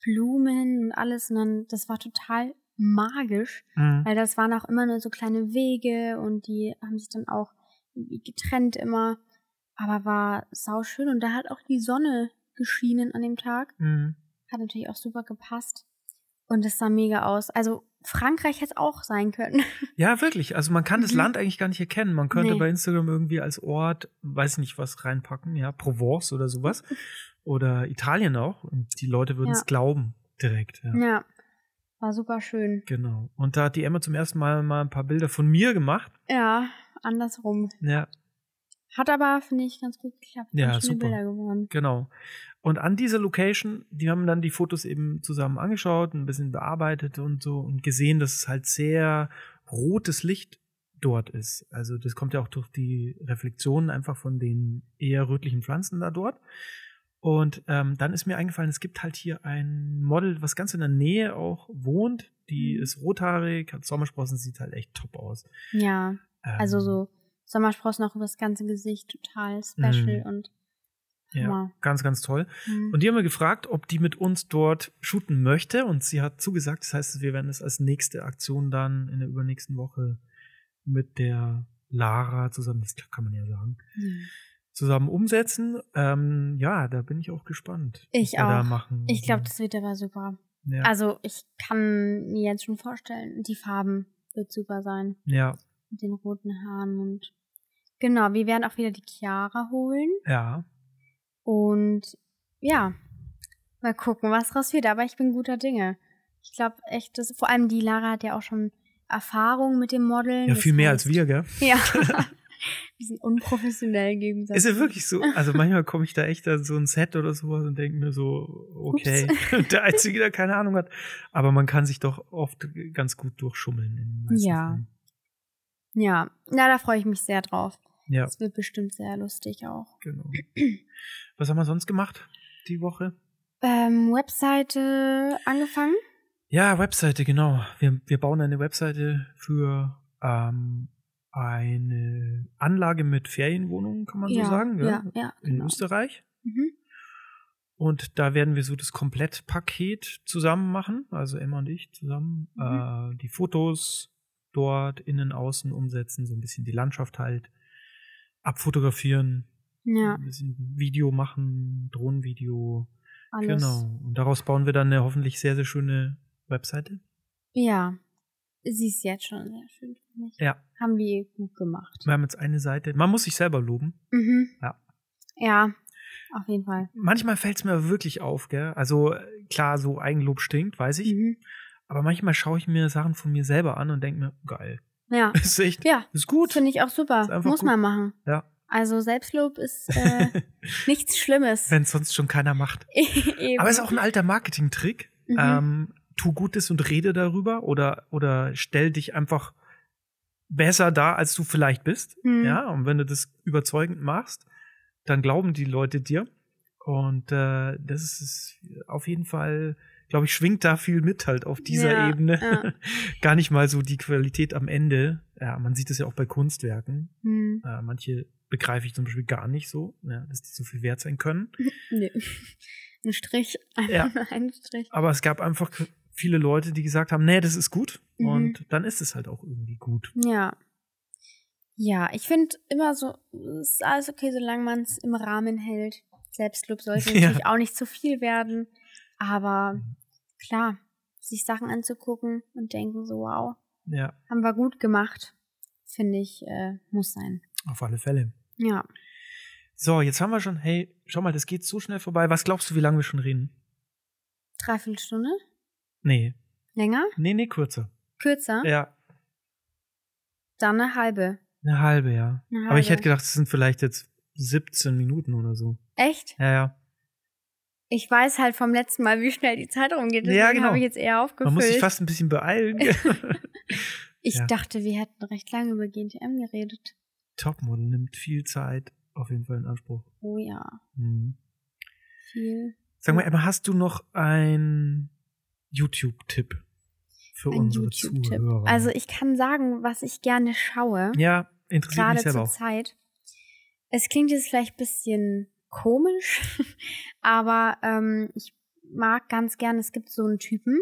[SPEAKER 1] Blumen und alles. Und dann, das war total magisch,
[SPEAKER 2] Mhm.
[SPEAKER 1] weil das waren auch immer nur so kleine Wege und die haben sich dann auch irgendwie getrennt immer. Aber war sauschön und da hat auch die Sonne geschienen an dem Tag.
[SPEAKER 2] Mhm.
[SPEAKER 1] Hat natürlich auch super gepasst. Und das sah mega aus. Also Frankreich hätte es auch sein können.
[SPEAKER 2] Ja, wirklich. Also man kann das
[SPEAKER 1] Mhm.
[SPEAKER 2] Land eigentlich gar nicht erkennen. Man könnte
[SPEAKER 1] Nee.
[SPEAKER 2] bei Instagram irgendwie als Ort, weiß ich nicht, was reinpacken, ja, Provence oder sowas. Oder Italien auch. Und die Leute würden es
[SPEAKER 1] Ja.
[SPEAKER 2] glauben direkt. Ja.
[SPEAKER 1] Ja, war super schön.
[SPEAKER 2] Genau. Und da hat die Emma zum ersten Mal mal ein paar Bilder von mir gemacht.
[SPEAKER 1] Ja, andersrum.
[SPEAKER 2] Ja,
[SPEAKER 1] Hat aber, finde ich, ganz gut geklappt.
[SPEAKER 2] Ja,
[SPEAKER 1] Ganz schöne
[SPEAKER 2] super.
[SPEAKER 1] Bilder geworden.
[SPEAKER 2] genau. Und an dieser Location, die haben dann die Fotos eben zusammen angeschaut, ein bisschen bearbeitet und so und gesehen, dass es halt sehr rotes Licht dort ist. Also das kommt ja auch durch die Reflexionen einfach von den eher rötlichen Pflanzen da dort. Und ähm, dann ist mir eingefallen, es gibt halt hier ein Model, was ganz in der Nähe auch wohnt. Die
[SPEAKER 1] Mhm.
[SPEAKER 2] ist rothaarig, hat Sommersprossen, sieht halt echt top aus.
[SPEAKER 1] Ja,
[SPEAKER 2] Ähm,
[SPEAKER 1] also so Sommersprossen auch über das ganze Gesicht, total special und
[SPEAKER 2] Mhm. Ähm, Ja,
[SPEAKER 1] Hammer.
[SPEAKER 2] ganz, ganz toll.
[SPEAKER 1] Mhm.
[SPEAKER 2] Und die haben wir gefragt, ob die mit uns dort shooten möchte. Und sie hat zugesagt. Das heißt, wir werden es als nächste Aktion dann in der übernächsten Woche mit der Lara zusammen, das kann man ja sagen,
[SPEAKER 1] Ja.
[SPEAKER 2] zusammen umsetzen. Ähm, ja, da bin ich auch gespannt.
[SPEAKER 1] Ich
[SPEAKER 2] wir Da
[SPEAKER 1] auch.
[SPEAKER 2] machen.
[SPEAKER 1] Ich glaube, das wird aber super.
[SPEAKER 2] ja.
[SPEAKER 1] Also, ich kann mir jetzt schon vorstellen, die Farben wird super sein.
[SPEAKER 2] ja,
[SPEAKER 1] Mit den roten Haaren und Genau, wir werden auch wieder die Chiara holen.
[SPEAKER 2] Ja.
[SPEAKER 1] Und ja, mal gucken, was draus wird. Aber ich bin guter Dinge. Ich glaube echt, dass, vor allem die Lara hat ja auch schon Erfahrung mit dem Modeln.
[SPEAKER 2] Ja,
[SPEAKER 1] Das
[SPEAKER 2] viel mehr als
[SPEAKER 1] heißt-
[SPEAKER 2] wir, gell?
[SPEAKER 1] Ja. wir sind unprofessionell im Gegensatz.
[SPEAKER 2] Ist ja wirklich so. Also manchmal komme ich da echt an so ein Set oder sowas und denke mir so, okay, der Einzige, der keine Ahnung hat. Aber man kann sich doch oft ganz gut durchschummeln. In den meisten
[SPEAKER 1] Ja.
[SPEAKER 2] Fällen.
[SPEAKER 1] Ja, na, da freue ich mich sehr drauf.
[SPEAKER 2] Ja,
[SPEAKER 1] Das wird bestimmt sehr lustig auch.
[SPEAKER 2] genau. Was haben wir sonst gemacht die Woche?
[SPEAKER 1] Ähm, Webseite angefangen.
[SPEAKER 2] Ja, Webseite, genau. Wir, wir bauen eine Webseite für ähm, eine Anlage mit Ferienwohnungen, kann man
[SPEAKER 1] ja,
[SPEAKER 2] so sagen, gell?
[SPEAKER 1] ja, ja,
[SPEAKER 2] in
[SPEAKER 1] genau.
[SPEAKER 2] Österreich.
[SPEAKER 1] Mhm.
[SPEAKER 2] Und da werden wir so das Komplettpaket zusammen machen, also Emma und ich zusammen.
[SPEAKER 1] Mhm.
[SPEAKER 2] Äh, die Fotos dort innen, außen umsetzen, so ein bisschen die Landschaft halt abfotografieren,
[SPEAKER 1] Ja,
[SPEAKER 2] ein bisschen Video machen, Drohnenvideo.
[SPEAKER 1] alles.
[SPEAKER 2] Genau. Und daraus bauen wir dann eine hoffentlich sehr, sehr schöne Webseite.
[SPEAKER 1] Ja. Sie ist jetzt schon sehr schön, finde ich.
[SPEAKER 2] Ja,
[SPEAKER 1] Haben die gut gemacht.
[SPEAKER 2] wir haben jetzt eine Seite. Man muss sich selber loben.
[SPEAKER 1] Mhm.
[SPEAKER 2] Ja.
[SPEAKER 1] Ja, auf jeden Fall.
[SPEAKER 2] Manchmal fällt es mir wirklich auf, gell? Also klar, so Eigenlob stinkt, weiß ich.
[SPEAKER 1] Mhm.
[SPEAKER 2] Aber manchmal schaue ich mir Sachen von mir selber an und denke mir, geil.
[SPEAKER 1] Ja.
[SPEAKER 2] Ist echt,
[SPEAKER 1] Ja,
[SPEAKER 2] ist
[SPEAKER 1] das
[SPEAKER 2] gut.
[SPEAKER 1] finde ich auch
[SPEAKER 2] Ist
[SPEAKER 1] super.
[SPEAKER 2] einfach
[SPEAKER 1] Muss
[SPEAKER 2] gut.
[SPEAKER 1] man machen.
[SPEAKER 2] Ja.
[SPEAKER 1] Also Selbstlob ist äh, nichts Schlimmes. E-
[SPEAKER 2] Wenn es sonst schon keiner macht.
[SPEAKER 1] Eben.
[SPEAKER 2] Aber ist auch ein alter Marketing-Trick.
[SPEAKER 1] Mhm.
[SPEAKER 2] Ähm, tu Gutes und rede darüber oder, oder stell dich einfach besser dar, als du vielleicht bist.
[SPEAKER 1] Mhm.
[SPEAKER 2] Ja, und wenn du das überzeugend machst, dann glauben die Leute dir. Und äh, das ist auf jeden Fall, glaube ich, schwingt da viel mit halt auf dieser
[SPEAKER 1] Ja,
[SPEAKER 2] Ebene.
[SPEAKER 1] ja.
[SPEAKER 2] Gar nicht mal so die Qualität am Ende. Ja, man sieht das ja auch bei Kunstwerken.
[SPEAKER 1] Hm.
[SPEAKER 2] Äh, manche begreife ich zum Beispiel gar nicht so, ja, dass die so viel wert sein können.
[SPEAKER 1] Nö. Ein Strich,
[SPEAKER 2] Ja.
[SPEAKER 1] einfach nur ein Strich.
[SPEAKER 2] Aber es gab einfach viele Leute, die gesagt haben, nee, das ist gut.
[SPEAKER 1] Mhm.
[SPEAKER 2] Und dann ist es halt auch irgendwie gut.
[SPEAKER 1] Ja. Ja, ich finde immer so, es ist alles okay, solange man es im Rahmen hält. Selbstlob sollte
[SPEAKER 2] Ja.
[SPEAKER 1] natürlich auch nicht zu viel werden. Aber klar, sich Sachen anzugucken und denken so, wow,
[SPEAKER 2] Ja,
[SPEAKER 1] haben wir gut gemacht, finde ich, äh, muss sein.
[SPEAKER 2] auf alle Fälle.
[SPEAKER 1] Ja.
[SPEAKER 2] So, jetzt haben wir schon, hey, schau mal, das geht so schnell vorbei. Was glaubst du, wie lange wir schon reden?
[SPEAKER 1] Dreiviertelstunde?
[SPEAKER 2] Nee,
[SPEAKER 1] Länger?
[SPEAKER 2] nee, nee, kürzer.
[SPEAKER 1] Kürzer?
[SPEAKER 2] Ja,
[SPEAKER 1] Dann eine halbe.
[SPEAKER 2] eine halbe, ja.
[SPEAKER 1] Eine halbe.
[SPEAKER 2] Aber ich hätte gedacht, es sind vielleicht jetzt 17 Minuten oder so.
[SPEAKER 1] Echt?
[SPEAKER 2] Ja, ja.
[SPEAKER 1] Ich weiß halt vom letzten Mal, wie schnell die Zeit rumgeht.
[SPEAKER 2] Ja,
[SPEAKER 1] Deswegen
[SPEAKER 2] genau.
[SPEAKER 1] habe ich jetzt eher aufgefüllt.
[SPEAKER 2] Man muss sich fast ein bisschen beeilen.
[SPEAKER 1] ich
[SPEAKER 2] ja.
[SPEAKER 1] dachte, wir hätten recht lange über GNTM geredet.
[SPEAKER 2] Topmodel nimmt viel Zeit auf jeden Fall in Anspruch.
[SPEAKER 1] Oh ja,
[SPEAKER 2] Mhm.
[SPEAKER 1] viel.
[SPEAKER 2] Sag mal, Emma, hast du noch einen YouTube-Tipp für
[SPEAKER 1] Ein
[SPEAKER 2] unsere
[SPEAKER 1] YouTube-Tipp.
[SPEAKER 2] Zuhörer?
[SPEAKER 1] Also ich kann sagen, was ich gerne schaue,
[SPEAKER 2] Oh. ja, interessiert mich
[SPEAKER 1] gerade zur
[SPEAKER 2] selber auch.
[SPEAKER 1] Zeit. Es klingt jetzt vielleicht ein bisschen komisch, aber ähm, ich mag ganz gerne, es gibt so einen Typen,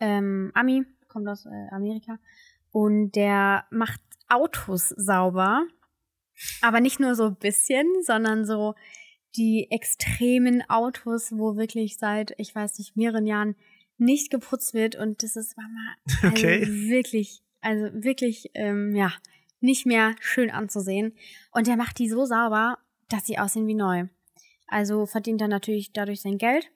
[SPEAKER 1] ähm, Ami, kommt aus äh, Amerika, und der macht Autos sauber, aber nicht nur so ein bisschen, sondern so die extremen Autos, wo wirklich seit, ich weiß nicht, mehreren Jahren nicht geputzt wird und das ist Mama also
[SPEAKER 2] Okay.
[SPEAKER 1] wirklich, also wirklich, ähm, ja, nicht mehr schön anzusehen. Und der macht die so sauber, dass sie aussehen wie neu. Also verdient er natürlich dadurch sein Geld,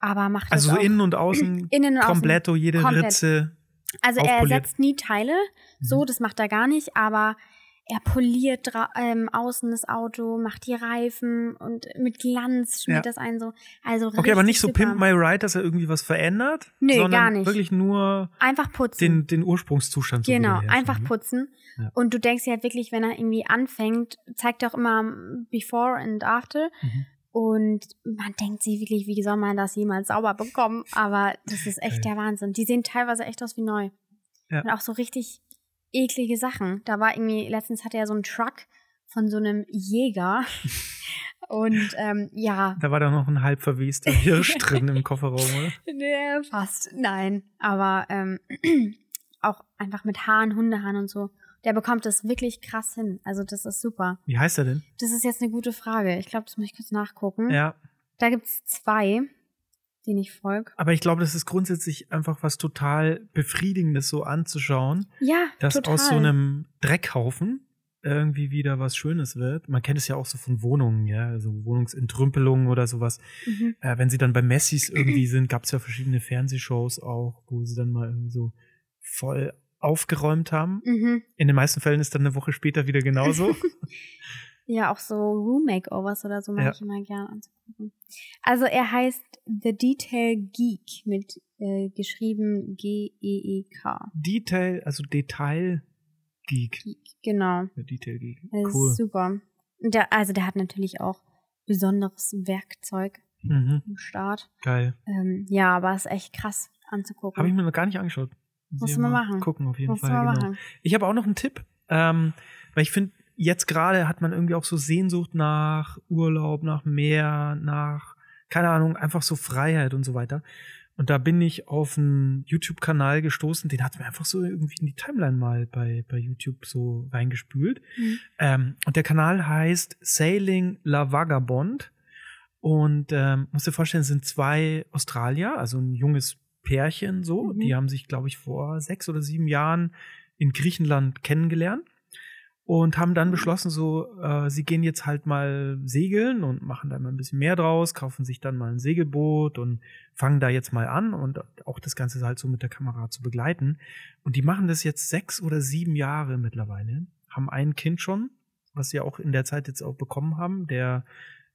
[SPEAKER 1] aber macht
[SPEAKER 2] Also so
[SPEAKER 1] das auch
[SPEAKER 2] innen und außen,
[SPEAKER 1] innen und außen.
[SPEAKER 2] kompletto, jede
[SPEAKER 1] Komplett.
[SPEAKER 2] Ritze.
[SPEAKER 1] Also er
[SPEAKER 2] Aufpoliert.
[SPEAKER 1] ersetzt nie Teile, so,
[SPEAKER 2] Mhm.
[SPEAKER 1] das macht er gar nicht, aber er poliert dra- ähm, außen das Auto, macht die Reifen und mit Glanz schmiert
[SPEAKER 2] Ja.
[SPEAKER 1] das ein so. Also
[SPEAKER 2] Mhm. Okay, aber
[SPEAKER 1] richtig
[SPEAKER 2] nicht so
[SPEAKER 1] super.
[SPEAKER 2] Pimp My Ride, dass er irgendwie was verändert,
[SPEAKER 1] Nee,
[SPEAKER 2] sondern
[SPEAKER 1] gar nicht.
[SPEAKER 2] wirklich nur
[SPEAKER 1] Einfach putzen.
[SPEAKER 2] den, den Ursprungszustand. so
[SPEAKER 1] Genau,
[SPEAKER 2] wiederherstellen,
[SPEAKER 1] einfach
[SPEAKER 2] ne?
[SPEAKER 1] putzen.
[SPEAKER 2] Ja.
[SPEAKER 1] Und du denkst dir halt wirklich, wenn er irgendwie anfängt, zeigt er auch immer mm, Before and After.
[SPEAKER 2] Mhm.
[SPEAKER 1] Und man denkt sich wirklich, wie soll man das jemals sauber bekommen? Aber das ist echt
[SPEAKER 2] Geil.
[SPEAKER 1] der Wahnsinn. Die sehen teilweise echt aus wie neu.
[SPEAKER 2] Äh. Ja.
[SPEAKER 1] Und auch so richtig eklige Sachen. Da war irgendwie, letztens hatte er so einen Truck von so einem Jäger. Und ähm, ja,
[SPEAKER 2] Da war da noch ein halb verwester Hirsch drin im Kofferraum, oder?
[SPEAKER 1] Nee, fast. Nein. Aber ähm, auch einfach mit Haaren, Hundehaaren und so. Der bekommt das wirklich krass hin. Also das ist super.
[SPEAKER 2] Wie heißt er denn?
[SPEAKER 1] Das ist jetzt eine gute Frage. Ich glaube, das muss ich kurz nachgucken.
[SPEAKER 2] Ja,
[SPEAKER 1] Da gibt's zwei, denen ich folge.
[SPEAKER 2] aber ich glaube, das ist grundsätzlich einfach was total Befriedigendes, so anzuschauen.
[SPEAKER 1] Ja,
[SPEAKER 2] dass
[SPEAKER 1] total.
[SPEAKER 2] aus so einem Dreckhaufen irgendwie wieder was Schönes wird. Man kennt es ja auch so von Wohnungen, ja, also Wohnungsentrümpelungen oder sowas.
[SPEAKER 1] Mhm.
[SPEAKER 2] Äh, wenn sie dann bei Messis irgendwie sind, gab es ja verschiedene Fernsehshows auch, wo sie dann mal irgendwie so voll aufgeräumt haben.
[SPEAKER 1] Mhm.
[SPEAKER 2] In den meisten Fällen ist dann eine Woche später wieder genauso.
[SPEAKER 1] Ja, auch so Room-Makeovers oder so mag
[SPEAKER 2] Ja.
[SPEAKER 1] ich immer gerne anzugucken. Also er heißt The Detail Geek mit äh, geschrieben E G-E-E-K.
[SPEAKER 2] Detail, also Detail-Geek.
[SPEAKER 1] Geek, genau.
[SPEAKER 2] Der Detail-Geek.
[SPEAKER 1] Das ist
[SPEAKER 2] Cool.
[SPEAKER 1] Super. Und Der, also der hat natürlich auch besonderes Werkzeug
[SPEAKER 2] Mhm,
[SPEAKER 1] im Start.
[SPEAKER 2] geil.
[SPEAKER 1] Ähm, ja, aber ist echt krass anzugucken.
[SPEAKER 2] Habe ich mir noch gar nicht angeschaut. Muss
[SPEAKER 1] Musst
[SPEAKER 2] ich
[SPEAKER 1] du mal machen.
[SPEAKER 2] Gucken, auf jeden
[SPEAKER 1] Musst du
[SPEAKER 2] Fall.
[SPEAKER 1] mal
[SPEAKER 2] genau.
[SPEAKER 1] machen.
[SPEAKER 2] Ich habe auch noch einen Tipp, ähm, weil ich finde, jetzt gerade hat man irgendwie auch so Sehnsucht nach Urlaub, nach Meer, nach, keine Ahnung, einfach so Freiheit und so weiter. Und da bin ich auf einen YouTube-Kanal gestoßen, den hat mir einfach so irgendwie in die Timeline mal bei, bei YouTube so reingespült.
[SPEAKER 1] Mhm.
[SPEAKER 2] Ähm, und der Kanal heißt Sailing La Vagabond. Und ähm, musst dir vorstellen, es sind zwei Australier, also ein junges Pärchen so.
[SPEAKER 1] Mhm.
[SPEAKER 2] Die haben sich, glaube ich, vor sechs oder sieben Jahren in Griechenland kennengelernt und haben dann beschlossen, so, äh, sie gehen jetzt halt mal segeln und machen da mal ein bisschen mehr draus, kaufen sich dann mal ein Segelboot und fangen da jetzt mal an und auch das Ganze halt so mit der Kamera zu begleiten. Und die machen das jetzt sechs oder sieben Jahre mittlerweile, haben ein Kind schon, was sie auch in der Zeit jetzt auch bekommen haben, der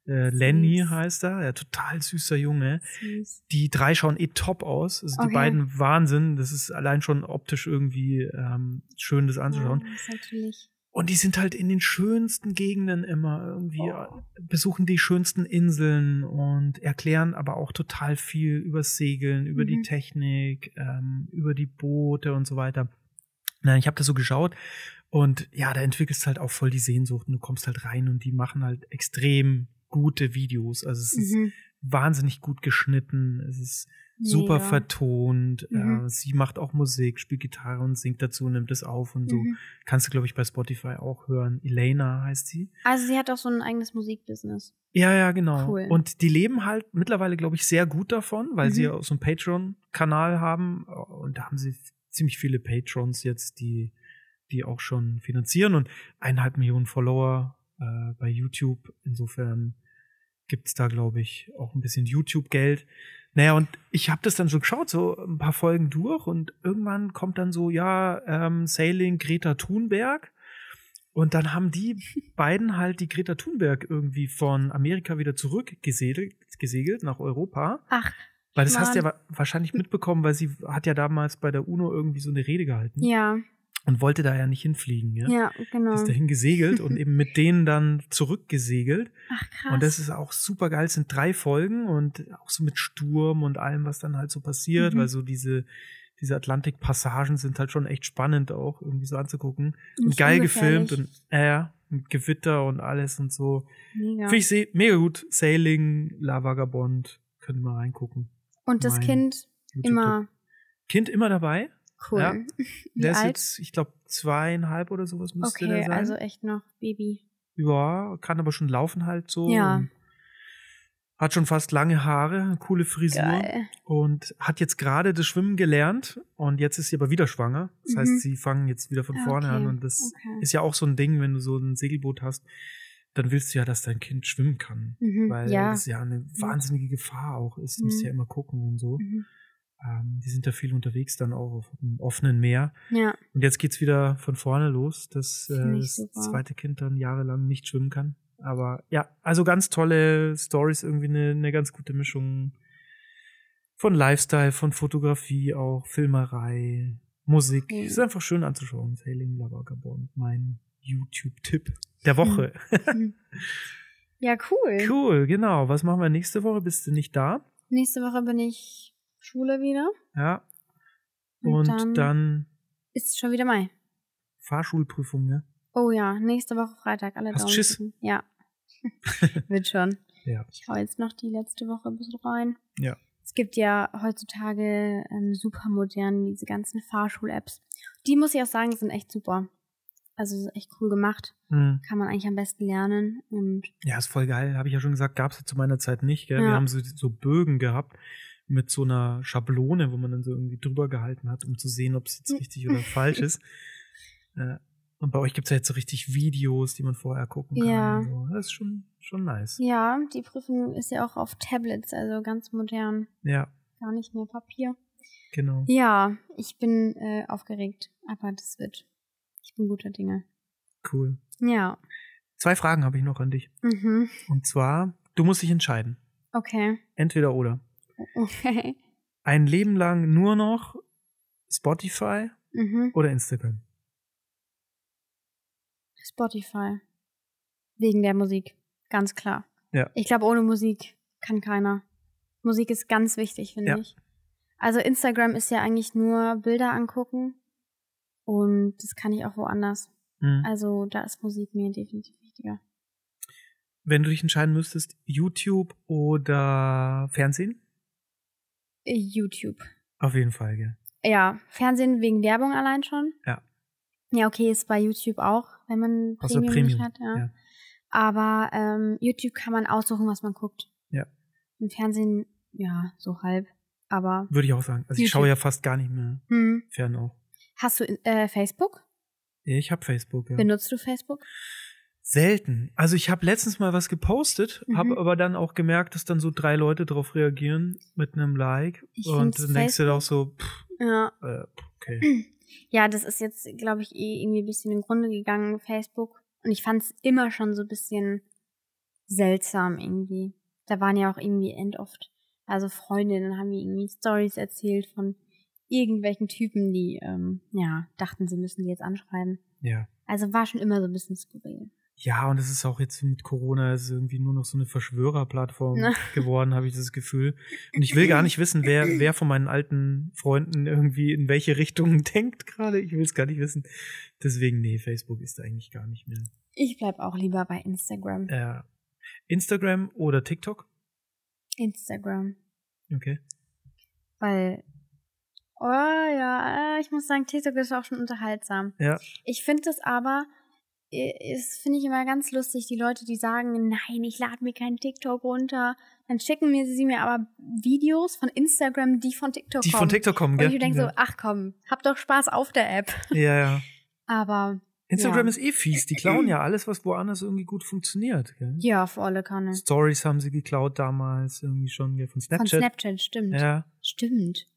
[SPEAKER 2] äh, Lenny
[SPEAKER 1] Süß.
[SPEAKER 2] heißt er, ja, total süßer Junge.
[SPEAKER 1] Süß.
[SPEAKER 2] Die drei schauen eh top aus. Also die
[SPEAKER 1] Okay.
[SPEAKER 2] beiden Wahnsinn. Das ist allein schon optisch irgendwie ähm, schön, das anzuschauen.
[SPEAKER 1] Ja, ist natürlich.
[SPEAKER 2] Und die sind halt in den schönsten Gegenden immer irgendwie,
[SPEAKER 1] Oh.
[SPEAKER 2] äh, besuchen die schönsten Inseln und erklären aber auch total viel über Segeln, über die
[SPEAKER 1] Mhm.
[SPEAKER 2] Technik, ähm, über die Boote und so weiter. Nein, ich habe da so geschaut und ja, da entwickelst du halt auch voll die Sehnsucht und du kommst halt rein und die machen halt extrem gute Videos. Also es ist
[SPEAKER 1] Mhm.
[SPEAKER 2] wahnsinnig gut geschnitten, es ist super
[SPEAKER 1] Mega.
[SPEAKER 2] vertont,
[SPEAKER 1] Mhm.
[SPEAKER 2] äh, sie macht auch Musik, spielt Gitarre und singt dazu, nimmt es auf und so.
[SPEAKER 1] Mhm.
[SPEAKER 2] Kannst du, glaube ich, bei Spotify auch hören. Elena heißt sie.
[SPEAKER 1] Also sie hat auch so ein eigenes Musikbusiness.
[SPEAKER 2] Ja, ja, genau.
[SPEAKER 1] Cool.
[SPEAKER 2] Und die leben halt mittlerweile, glaube ich, sehr gut davon, weil
[SPEAKER 1] Mhm.
[SPEAKER 2] sie auch so einen Patreon-Kanal haben. Und da haben sie f- ziemlich viele Patrons jetzt, die, die auch schon finanzieren. Und eineinhalb Millionen Follower äh, bei YouTube. Insofern gibt's da, glaube ich, auch ein bisschen YouTube-Geld. Naja, und ich habe das dann so geschaut, so ein paar Folgen durch und irgendwann kommt dann so, ja, ähm, Sailing Greta Thunberg. Und dann haben die beiden halt die Greta Thunberg irgendwie von Amerika wieder zurückgesegelt gesegelt nach Europa.
[SPEAKER 1] Ach,
[SPEAKER 2] Weil das hast du ja
[SPEAKER 1] Mann.
[SPEAKER 2] wa- wahrscheinlich mitbekommen, weil sie hat ja damals bei der UNO irgendwie so eine Rede gehalten
[SPEAKER 1] ja,
[SPEAKER 2] und wollte da ja nicht hinfliegen. Hm. Ja?
[SPEAKER 1] ja, genau.
[SPEAKER 2] Ist dahin gesegelt und eben mit denen dann zurückgesegelt.
[SPEAKER 1] Ach krass.
[SPEAKER 2] Und das ist auch super geil. Es sind drei Folgen und auch so mit Sturm und allem, was dann halt so passiert,
[SPEAKER 1] Mhm.
[SPEAKER 2] weil so diese, diese Atlantikpassagen sind halt schon echt spannend auch irgendwie so anzugucken. Und
[SPEAKER 1] Nicht
[SPEAKER 2] geil
[SPEAKER 1] ungefährlich.
[SPEAKER 2] gefilmt und, äh, ja, und Gewitter und alles und so.
[SPEAKER 1] Mega.
[SPEAKER 2] Finde ich se- mega gut. Sailing, La Vagabond. Können wir mal reingucken.
[SPEAKER 1] Und das
[SPEAKER 2] mein
[SPEAKER 1] Kind
[SPEAKER 2] YouTube-Tipp.
[SPEAKER 1] immer
[SPEAKER 2] Kind immer dabei.
[SPEAKER 1] cool.
[SPEAKER 2] Ja.
[SPEAKER 1] Wie
[SPEAKER 2] der ist
[SPEAKER 1] alt?
[SPEAKER 2] jetzt, ich glaube, zweieinhalb oder sowas müsste der
[SPEAKER 1] okay,
[SPEAKER 2] sein.
[SPEAKER 1] also echt noch Baby.
[SPEAKER 2] Ja, kann aber schon laufen halt so.
[SPEAKER 1] Ja.
[SPEAKER 2] Und Hat schon fast lange Haare, coole Frisur
[SPEAKER 1] Geil.
[SPEAKER 2] und hat jetzt gerade das Schwimmen gelernt und jetzt ist sie aber wieder schwanger. Das
[SPEAKER 1] Mhm.
[SPEAKER 2] heißt, sie fangen jetzt wieder von
[SPEAKER 1] Ah,
[SPEAKER 2] vorne
[SPEAKER 1] okay.
[SPEAKER 2] an und das
[SPEAKER 1] Okay.
[SPEAKER 2] ist ja auch so ein Ding, wenn du so ein Segelboot hast, dann willst du ja, dass dein Kind schwimmen kann,
[SPEAKER 1] Mhm.
[SPEAKER 2] weil
[SPEAKER 1] ja.
[SPEAKER 2] das ja eine wahnsinnige Gefahr auch ist. Du musst
[SPEAKER 1] Mhm.
[SPEAKER 2] ja immer gucken und so.
[SPEAKER 1] Mhm.
[SPEAKER 2] Ähm, die sind da viel unterwegs dann auch auf dem offenen Meer.
[SPEAKER 1] ja,
[SPEAKER 2] Und jetzt geht's wieder von vorne los, dass äh,
[SPEAKER 1] Finde ich
[SPEAKER 2] das
[SPEAKER 1] super.
[SPEAKER 2] zweite Kind dann jahrelang nicht schwimmen kann. Aber ja, also ganz tolle Stories, irgendwie eine, eine ganz gute Mischung von Lifestyle, von Fotografie, auch Filmerei, Musik.
[SPEAKER 1] Mhm.
[SPEAKER 2] Ist einfach schön anzuschauen. Sailing La Vagabond, mein YouTube-Tipp der Woche.
[SPEAKER 1] Mhm. ja, cool.
[SPEAKER 2] Cool, genau. Was machen wir nächste Woche? Bist du nicht da?
[SPEAKER 1] Nächste Woche bin ich Schule wieder.
[SPEAKER 2] Ja. Und,
[SPEAKER 1] Und
[SPEAKER 2] dann,
[SPEAKER 1] dann- Ist schon wieder Mai.
[SPEAKER 2] Fahrschulprüfung, ne?
[SPEAKER 1] Oh ja, nächste Woche Freitag. Alle
[SPEAKER 2] Hast
[SPEAKER 1] Daumen
[SPEAKER 2] Schiss?
[SPEAKER 1] drücken. Ja. Wird schon.
[SPEAKER 2] Ja.
[SPEAKER 1] Ich hau jetzt noch die letzte Woche ein bisschen rein.
[SPEAKER 2] Ja.
[SPEAKER 1] Es gibt ja heutzutage ähm, super modern diese ganzen Fahrschul-Apps. Die muss ich auch sagen, sind echt super. Also sind echt cool gemacht.
[SPEAKER 2] Hm.
[SPEAKER 1] Kann man eigentlich am besten lernen. Und
[SPEAKER 2] Ja, ist voll geil. Habe ich ja schon gesagt, gab es zu meiner Zeit nicht. Gell? Wir
[SPEAKER 1] Ja.
[SPEAKER 2] haben so, so Bögen gehabt mit so einer Schablone, wo man dann so irgendwie drüber gehalten hat, um zu sehen, ob es jetzt richtig oder falsch ist. Äh, Und bei euch gibt es ja jetzt so richtig Videos, die man vorher gucken kann.
[SPEAKER 1] Ja.
[SPEAKER 2] und So. Das ist schon, schon nice.
[SPEAKER 1] Ja, die Prüfung ist ja auch auf Tablets, also ganz modern.
[SPEAKER 2] Ja,
[SPEAKER 1] Gar nicht mehr Papier.
[SPEAKER 2] genau.
[SPEAKER 1] Ja, ich bin äh, aufgeregt, aber das wird. Ich bin guter Dinge.
[SPEAKER 2] Cool.
[SPEAKER 1] Ja.
[SPEAKER 2] Zwei Fragen habe ich noch an dich.
[SPEAKER 1] Mhm.
[SPEAKER 2] Und zwar, du musst dich entscheiden.
[SPEAKER 1] Okay.
[SPEAKER 2] Entweder oder.
[SPEAKER 1] Okay.
[SPEAKER 2] Ein Leben lang nur noch Spotify
[SPEAKER 1] Mhm.
[SPEAKER 2] oder Instagram.
[SPEAKER 1] Spotify. Wegen der Musik. Ganz klar.
[SPEAKER 2] Ja.
[SPEAKER 1] Ich glaube, ohne Musik kann keiner. Musik ist ganz wichtig, finde
[SPEAKER 2] Ja.
[SPEAKER 1] ich. Also Instagram ist ja eigentlich nur Bilder angucken. Und das kann ich auch woanders.
[SPEAKER 2] Mhm.
[SPEAKER 1] Also da ist Musik mir definitiv wichtiger.
[SPEAKER 2] Wenn du dich entscheiden müsstest, YouTube oder Fernsehen?
[SPEAKER 1] Äh, YouTube.
[SPEAKER 2] Auf jeden Fall, gell.
[SPEAKER 1] Ja, Fernsehen wegen Werbung allein schon.
[SPEAKER 2] Ja.
[SPEAKER 1] Ja, okay, ist bei YouTube auch, wenn man
[SPEAKER 2] Außer
[SPEAKER 1] Premium,
[SPEAKER 2] Premium.
[SPEAKER 1] nicht hat. Ja.
[SPEAKER 2] Ja.
[SPEAKER 1] Aber ähm, YouTube kann man aussuchen, was man guckt.
[SPEAKER 2] Ja.
[SPEAKER 1] Im Fernsehen, ja, so halb. Aber
[SPEAKER 2] Würde ich auch sagen. Also ich
[SPEAKER 1] YouTube.
[SPEAKER 2] schaue ja fast gar nicht mehr
[SPEAKER 1] hm.
[SPEAKER 2] fern auch.
[SPEAKER 1] hast du äh, Facebook?
[SPEAKER 2] Ich habe Facebook, ja.
[SPEAKER 1] Benutzt du Facebook?
[SPEAKER 2] Selten. Also ich habe letztens mal was gepostet,
[SPEAKER 1] Mhm.
[SPEAKER 2] habe aber dann auch gemerkt, dass dann so drei Leute drauf reagieren mit einem Like.
[SPEAKER 1] Ich
[SPEAKER 2] und
[SPEAKER 1] find's Mhm.
[SPEAKER 2] dann denkst du dir auch so, pff,
[SPEAKER 1] Ja.
[SPEAKER 2] äh, okay.
[SPEAKER 1] Ja, das ist jetzt, glaube ich, eh irgendwie ein bisschen in Grunde gegangen, Facebook. Und ich fand es immer schon so ein bisschen seltsam irgendwie. Da waren ja auch irgendwie end oft, also Freundinnen haben mir irgendwie Stories erzählt von irgendwelchen Typen, die, ähm, ja, dachten, sie müssen die jetzt anschreiben.
[SPEAKER 2] Ja.
[SPEAKER 1] Also war schon immer so ein bisschen skurril.
[SPEAKER 2] Ja, und es ist auch jetzt mit Corona ist irgendwie nur noch so eine Verschwörerplattform
[SPEAKER 1] Ne.
[SPEAKER 2] geworden, habe ich das Gefühl. Und ich will gar nicht wissen, wer, wer von meinen alten Freunden irgendwie in welche Richtung denkt gerade. Ich will es gar nicht wissen. Deswegen, nee, Facebook ist da eigentlich gar nicht mehr.
[SPEAKER 1] Ich bleib auch lieber bei Instagram.
[SPEAKER 2] Äh, Instagram oder TikTok?
[SPEAKER 1] Instagram.
[SPEAKER 2] Okay.
[SPEAKER 1] Weil, oh ja, äh, ich muss sagen, TikTok ist auch schon unterhaltsam.
[SPEAKER 2] Ja.
[SPEAKER 1] Ich finde das aber, äh, es finde ich immer ganz lustig, die Leute, die sagen, nein, ich lade mir keinen TikTok runter. Dann schicken mir sie mir aber Videos von Instagram, die von TikTok
[SPEAKER 2] Die
[SPEAKER 1] kommen.
[SPEAKER 2] von TikTok kommen,
[SPEAKER 1] Und
[SPEAKER 2] gell?
[SPEAKER 1] ich denke so,
[SPEAKER 2] ja.
[SPEAKER 1] ach komm, hab doch Spaß auf der App.
[SPEAKER 2] ja, ja.
[SPEAKER 1] Aber
[SPEAKER 2] Instagram
[SPEAKER 1] Ja.
[SPEAKER 2] ist eh fies. Die klauen ja alles, was woanders irgendwie gut funktioniert. Gell?
[SPEAKER 1] ja, auf alle Kanne.
[SPEAKER 2] Stories haben sie geklaut damals irgendwie schon gell?
[SPEAKER 1] Von
[SPEAKER 2] von Snapchat.
[SPEAKER 1] Snapchat, stimmt.
[SPEAKER 2] ja.
[SPEAKER 1] Stimmt.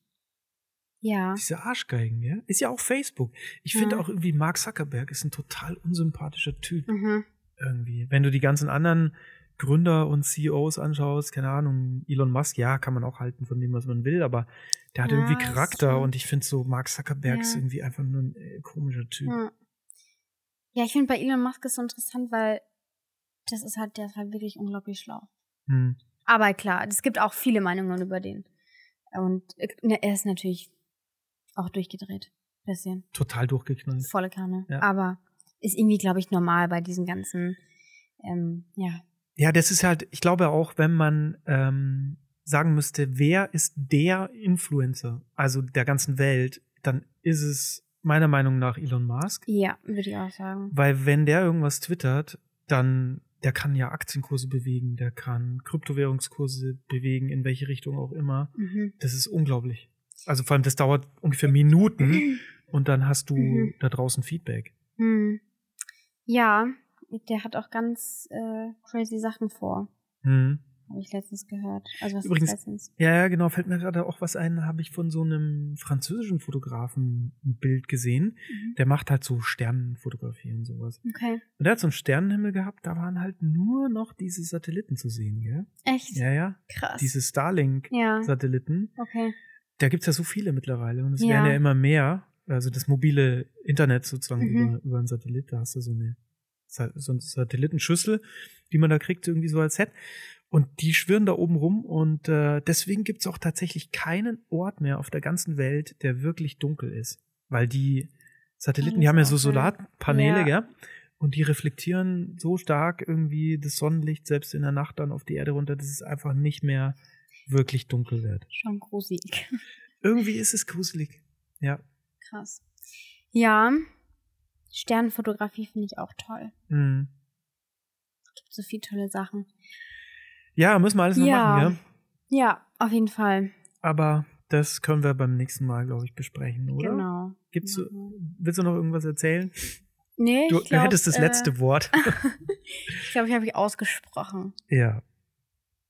[SPEAKER 1] Ja.
[SPEAKER 2] Diese Arschgeigen, ja? Ist ja auch Facebook. Ich finde
[SPEAKER 1] Ja.
[SPEAKER 2] auch irgendwie, Mark Zuckerberg ist ein total unsympathischer Typ
[SPEAKER 1] Mhm.
[SPEAKER 2] irgendwie. Wenn du die ganzen anderen Gründer und CEOs anschaust, keine Ahnung, Elon Musk, ja, kann man auch halten von dem, was man will, aber der hat
[SPEAKER 1] Ja,
[SPEAKER 2] irgendwie
[SPEAKER 1] das ist
[SPEAKER 2] Charakter
[SPEAKER 1] schon-
[SPEAKER 2] und ich finde so, Mark Zuckerberg ist
[SPEAKER 1] Ja. Mhm.
[SPEAKER 2] irgendwie einfach nur ein äh, komischer Typ.
[SPEAKER 1] Ja, ja ich finde bei Elon Musk ist so interessant, weil das ist halt, der ist halt wirklich unglaublich schlau.
[SPEAKER 2] Hm.
[SPEAKER 1] Aber klar, es gibt auch viele Meinungen über den. Und äh, ne, er ist natürlich auch durchgedreht. Bisschen.
[SPEAKER 2] Total durchgeknallt.
[SPEAKER 1] Volle Kanne.
[SPEAKER 2] Mhm. Ja.
[SPEAKER 1] Aber ist irgendwie, glaube ich, normal bei diesen ganzen, ähm, ja.
[SPEAKER 2] Ja, das ist halt, ich glaube auch, wenn man ähm, sagen müsste, wer ist der Influencer, also der ganzen Welt, dann ist es meiner Meinung nach Elon Musk.
[SPEAKER 1] Ja, würde ich auch sagen.
[SPEAKER 2] Weil wenn der irgendwas twittert, dann der kann ja Aktienkurse bewegen, der kann Kryptowährungskurse bewegen, in welche Richtung auch immer.
[SPEAKER 1] Mhm.
[SPEAKER 2] Das ist unglaublich. Also vor allem, das dauert ungefähr Minuten und dann hast du
[SPEAKER 1] Mhm.
[SPEAKER 2] da draußen Feedback.
[SPEAKER 1] Hm. Ja, der hat auch ganz äh, crazy Sachen vor.
[SPEAKER 2] Mhm.
[SPEAKER 1] Habe ich letztens gehört. Also was
[SPEAKER 2] Übrigens-
[SPEAKER 1] ist letztens?
[SPEAKER 2] Ja, ja, genau, fällt mir gerade auch was ein, da habe ich von so einem französischen Fotografen ein Bild gesehen.
[SPEAKER 1] Mhm.
[SPEAKER 2] Der macht halt so Sternenfotografie und sowas.
[SPEAKER 1] Okay.
[SPEAKER 2] Und der hat so einen Sternenhimmel gehabt, da waren halt nur noch diese Satelliten zu sehen, gell?
[SPEAKER 1] Echt?
[SPEAKER 2] Ja, ja.
[SPEAKER 1] Krass.
[SPEAKER 2] Diese Starlink-Satelliten.
[SPEAKER 1] ja, okay.
[SPEAKER 2] da gibt's ja so viele mittlerweile und es
[SPEAKER 1] Ja.
[SPEAKER 2] werden ja immer mehr. Also das mobile Internet sozusagen
[SPEAKER 1] Mhm.
[SPEAKER 2] über, über einen Satellit, da hast du so eine, Sa- so eine Satellitenschüssel, die man da kriegt, irgendwie so als Set. Und die schwirren da oben rum und äh, deswegen gibt's auch tatsächlich keinen Ort mehr auf der ganzen Welt, der wirklich dunkel ist. Weil die Satelliten,
[SPEAKER 1] Alles
[SPEAKER 2] die haben ja so
[SPEAKER 1] aufhellen.
[SPEAKER 2] Solarpaneele,
[SPEAKER 1] Ja.
[SPEAKER 2] gell? Und die reflektieren so stark irgendwie das Sonnenlicht selbst in der Nacht dann auf die Erde runter, dass es einfach nicht mehr wirklich dunkel wird.
[SPEAKER 1] Schon gruselig.
[SPEAKER 2] Irgendwie ist es gruselig. Ja.
[SPEAKER 1] Krass. Ja, Sternenfotografie finde ich auch toll.
[SPEAKER 2] Mhm.
[SPEAKER 1] Gibt so viele tolle Sachen.
[SPEAKER 2] Ja, müssen wir alles noch
[SPEAKER 1] Ja.
[SPEAKER 2] machen, ja.
[SPEAKER 1] Ja, auf jeden Fall.
[SPEAKER 2] Aber das können wir beim nächsten Mal, glaube ich, besprechen, oder?
[SPEAKER 1] Genau.
[SPEAKER 2] Gibt's,
[SPEAKER 1] Machen
[SPEAKER 2] willst du noch irgendwas erzählen?
[SPEAKER 1] wir. Nee,
[SPEAKER 2] Du,
[SPEAKER 1] ich glaub,
[SPEAKER 2] du hättest das
[SPEAKER 1] äh,
[SPEAKER 2] letzte Wort.
[SPEAKER 1] Ich glaube, ich habe ich ausgesprochen.
[SPEAKER 2] Ja,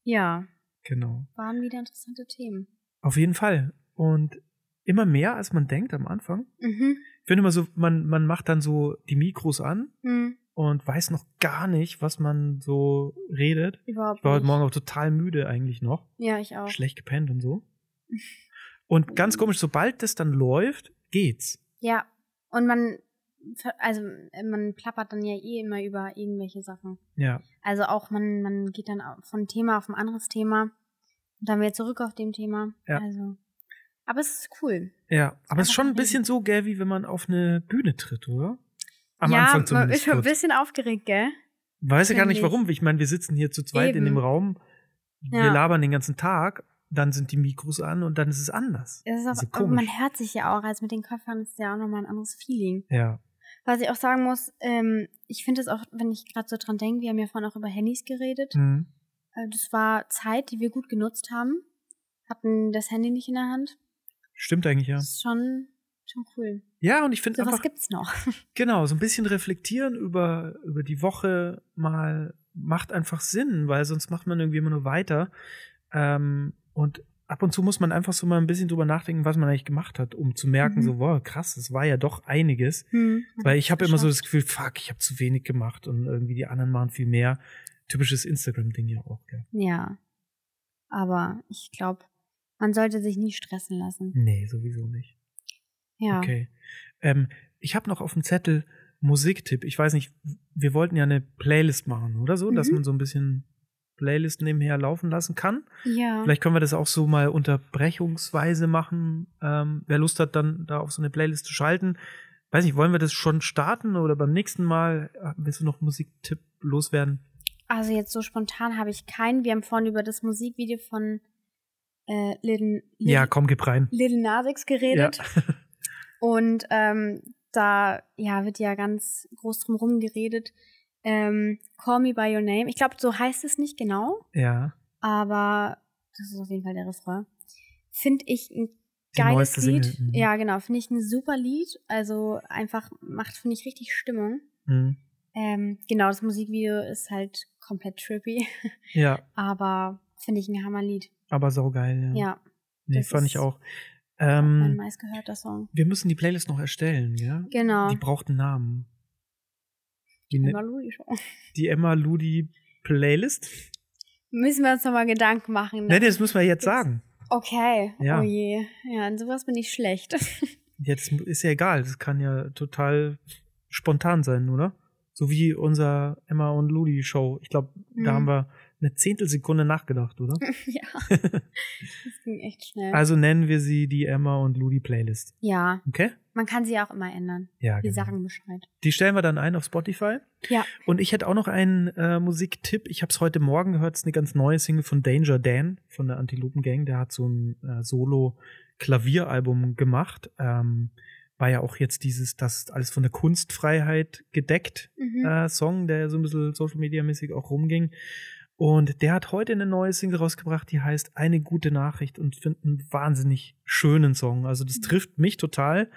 [SPEAKER 1] Ja,
[SPEAKER 2] genau.
[SPEAKER 1] waren wieder interessante Themen.
[SPEAKER 2] Auf jeden Fall. Und immer mehr, als man denkt am Anfang.
[SPEAKER 1] Mhm.
[SPEAKER 2] Ich finde immer so, man, man macht dann so die Mikros an
[SPEAKER 1] Hm.
[SPEAKER 2] und weiß noch gar nicht, was man so redet.
[SPEAKER 1] Überhaupt
[SPEAKER 2] Ich war heute
[SPEAKER 1] nicht.
[SPEAKER 2] Morgen auch total müde eigentlich noch.
[SPEAKER 1] Ja, ich auch.
[SPEAKER 2] Schlecht gepennt und so. Und ganz komisch, sobald das dann läuft, geht's.
[SPEAKER 1] Ja, und man, ver- also äh, man plappert dann ja eh immer über irgendwelche Sachen.
[SPEAKER 2] Ja,
[SPEAKER 1] Also auch man, man geht dann au- von Thema auf ein anderes Thema und dann wieder zurück auf dem Thema.
[SPEAKER 2] Ja.
[SPEAKER 1] Also, aber es ist cool.
[SPEAKER 2] ja. Aber es ist
[SPEAKER 1] Einfach
[SPEAKER 2] schon ein
[SPEAKER 1] reden.
[SPEAKER 2] bisschen so, gell, wie wenn man auf eine Bühne tritt, oder? Am
[SPEAKER 1] ja,
[SPEAKER 2] Anfang
[SPEAKER 1] man ist
[SPEAKER 2] zumindest.
[SPEAKER 1] schon ein
[SPEAKER 2] kurz.
[SPEAKER 1] bisschen aufgeregt, gell?
[SPEAKER 2] Weiß ja gar
[SPEAKER 1] Finde
[SPEAKER 2] nicht
[SPEAKER 1] ich.
[SPEAKER 2] warum. Ich meine, wir sitzen hier zu zweit in
[SPEAKER 1] Eben.
[SPEAKER 2] dem Raum, wir
[SPEAKER 1] Ja.
[SPEAKER 2] labern den ganzen Tag, dann sind die Mikros an und dann ist es anders.
[SPEAKER 1] Es ist
[SPEAKER 2] Also
[SPEAKER 1] auch, und man
[SPEAKER 2] komisch.
[SPEAKER 1] hört sich ja auch, also mit den Kopfhörern ist ja auch nochmal ein anderes Feeling.
[SPEAKER 2] Ja,
[SPEAKER 1] Was ich auch sagen muss, ähm, ich finde es auch, wenn ich gerade so dran denke, wir haben ja vorhin auch über Handys geredet.
[SPEAKER 2] mhm.
[SPEAKER 1] Äh, Das war Zeit, die wir gut genutzt haben. Hatten das Handy nicht in der Hand.
[SPEAKER 2] stimmt eigentlich, ja.
[SPEAKER 1] Das ist schon, schon cool.
[SPEAKER 2] Ja, und ich finde
[SPEAKER 1] So was
[SPEAKER 2] einfach,
[SPEAKER 1] gibt's noch.
[SPEAKER 2] genau, so ein bisschen reflektieren über, über die Woche mal macht einfach Sinn, weil sonst macht man irgendwie immer nur weiter. Ähm, und ab und zu muss man einfach so mal ein bisschen drüber nachdenken, was man eigentlich gemacht hat, um zu merken,
[SPEAKER 1] Mhm.
[SPEAKER 2] so, wow, krass, es war ja doch einiges.
[SPEAKER 1] Hm.
[SPEAKER 2] Weil ich habe immer so das Gefühl, fuck, ich habe zu wenig gemacht und irgendwie die anderen machen viel mehr. Typisches Instagram-Ding ja auch, gell?
[SPEAKER 1] Ja. Aber ich glaube, man sollte sich nie stressen lassen.
[SPEAKER 2] Nee, sowieso nicht.
[SPEAKER 1] Ja.
[SPEAKER 2] Hm, Okay. Ähm, ich habe noch auf dem Zettel Musiktipp. Ich weiß nicht, wir wollten ja eine Playlist machen oder so, dass
[SPEAKER 1] Mhm.
[SPEAKER 2] man so ein bisschen Playlist nebenher laufen lassen kann.
[SPEAKER 1] Ja.
[SPEAKER 2] Vielleicht können wir das auch so mal unterbrechungsweise machen. Ähm, wer Lust hat, dann da auf so eine Playlist zu schalten. Weiß nicht, wollen wir das schon starten oder beim nächsten Mal äh, willst du noch Musiktipp loswerden?
[SPEAKER 1] Also jetzt so spontan habe ich keinen. Wir haben vorhin über das Musikvideo von äh, Little,
[SPEAKER 2] Ja, komm, gib rein.
[SPEAKER 1] Little Nas X
[SPEAKER 2] Ja.
[SPEAKER 1] geredet. Und ähm, da ja, wird ja ganz groß drum rum geredet. Ähm, Call Me By Your Name. Ich glaube, so heißt es nicht genau,
[SPEAKER 2] ja.
[SPEAKER 1] aber das ist auf jeden Fall der Refrain. Finde ich ein
[SPEAKER 2] Die
[SPEAKER 1] geiles
[SPEAKER 2] neueste
[SPEAKER 1] Lied.
[SPEAKER 2] Single, mhm.
[SPEAKER 1] Ja, genau. Finde ich ein super Lied. Also einfach macht, finde ich, richtig Stimmung.
[SPEAKER 2] Mhm.
[SPEAKER 1] Ähm, genau, das Musikvideo ist halt komplett trippy,
[SPEAKER 2] Ja,
[SPEAKER 1] aber finde ich ein Hammerlied.
[SPEAKER 2] aber saugeil. Ja,
[SPEAKER 1] Ja,
[SPEAKER 2] nee,
[SPEAKER 1] das
[SPEAKER 2] fand ich
[SPEAKER 1] ist-
[SPEAKER 2] auch.
[SPEAKER 1] mein
[SPEAKER 2] Ähm,
[SPEAKER 1] meistgehörter Song.
[SPEAKER 2] wir müssen die Playlist noch erstellen, ja?
[SPEAKER 1] Genau.
[SPEAKER 2] Die braucht einen Namen. Die, ne-
[SPEAKER 1] Emma Ludi Show.
[SPEAKER 2] die Emma Ludi Playlist?
[SPEAKER 1] Müssen wir uns nochmal Gedanken machen. ne?
[SPEAKER 2] Nee, nee, Ne, das müssen wir jetzt sagen.
[SPEAKER 1] Okay,
[SPEAKER 2] Ja.
[SPEAKER 1] oh je. Ja, in sowas bin ich schlecht.
[SPEAKER 2] Jetzt ist ja egal, das kann ja total spontan sein, oder? So wie unser Emma und Ludi Show. Ich glaube, da
[SPEAKER 1] Mhm.
[SPEAKER 2] haben wir eine Zehntelsekunde nachgedacht, oder?
[SPEAKER 1] ja. Das ging echt schnell.
[SPEAKER 2] Also nennen wir sie die Emma und Ludi Playlist.
[SPEAKER 1] ja,
[SPEAKER 2] Okay?
[SPEAKER 1] man kann sie auch immer ändern.
[SPEAKER 2] Ja,
[SPEAKER 1] Die
[SPEAKER 2] genau.
[SPEAKER 1] sagen Bescheid.
[SPEAKER 2] Die stellen wir dann ein auf Spotify.
[SPEAKER 1] Ja.
[SPEAKER 2] Und ich hätte auch noch einen äh, Musiktipp. Ich habe es heute Morgen gehört. Es ist eine ganz neue Single von Danger Dan von der Antilopen Gang. Der hat so ein äh, Solo-Klavieralbum gemacht. Ähm, war ja auch jetzt dieses, das ist alles von der Kunstfreiheit gedeckt
[SPEAKER 1] Mhm.
[SPEAKER 2] äh, Song, der so ein bisschen Social Media mäßig auch rumging. Und der hat heute eine neue Single rausgebracht, die heißt Eine gute Nachricht und finde einen wahnsinnig schönen Song. Also das
[SPEAKER 1] Mhm.
[SPEAKER 2] trifft mich total.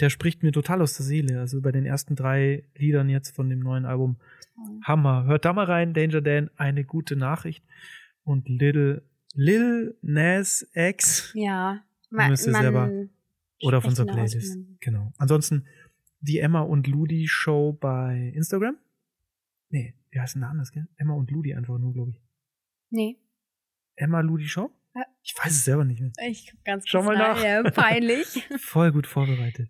[SPEAKER 2] Der spricht mir total aus der Seele. Also bei den ersten drei Liedern jetzt von dem neuen Album.
[SPEAKER 1] Toll.
[SPEAKER 2] Hammer. Hört da mal rein, Danger Dan, eine gute Nachricht. Und Little, Lil Nas X.
[SPEAKER 1] ja.
[SPEAKER 2] Müsst ihr selber- Oder auf
[SPEAKER 1] spricht
[SPEAKER 2] unserer
[SPEAKER 1] ihn
[SPEAKER 2] Playlist.
[SPEAKER 1] aus.
[SPEAKER 2] Genau. Ansonsten die Emma und Ludi Show bei Instagram. Nee, wie heißt denn da anders, gell? Emma und Ludi einfach nur, glaube ich.
[SPEAKER 1] Nee,
[SPEAKER 2] Emma Ludi Show?
[SPEAKER 1] Ja.
[SPEAKER 2] Ich weiß es selber nicht mehr.
[SPEAKER 1] ich guck ganz
[SPEAKER 2] Schau
[SPEAKER 1] kurz
[SPEAKER 2] mal
[SPEAKER 1] rein.
[SPEAKER 2] nach.
[SPEAKER 1] Ja, peinlich.
[SPEAKER 2] Voll gut vorbereitet.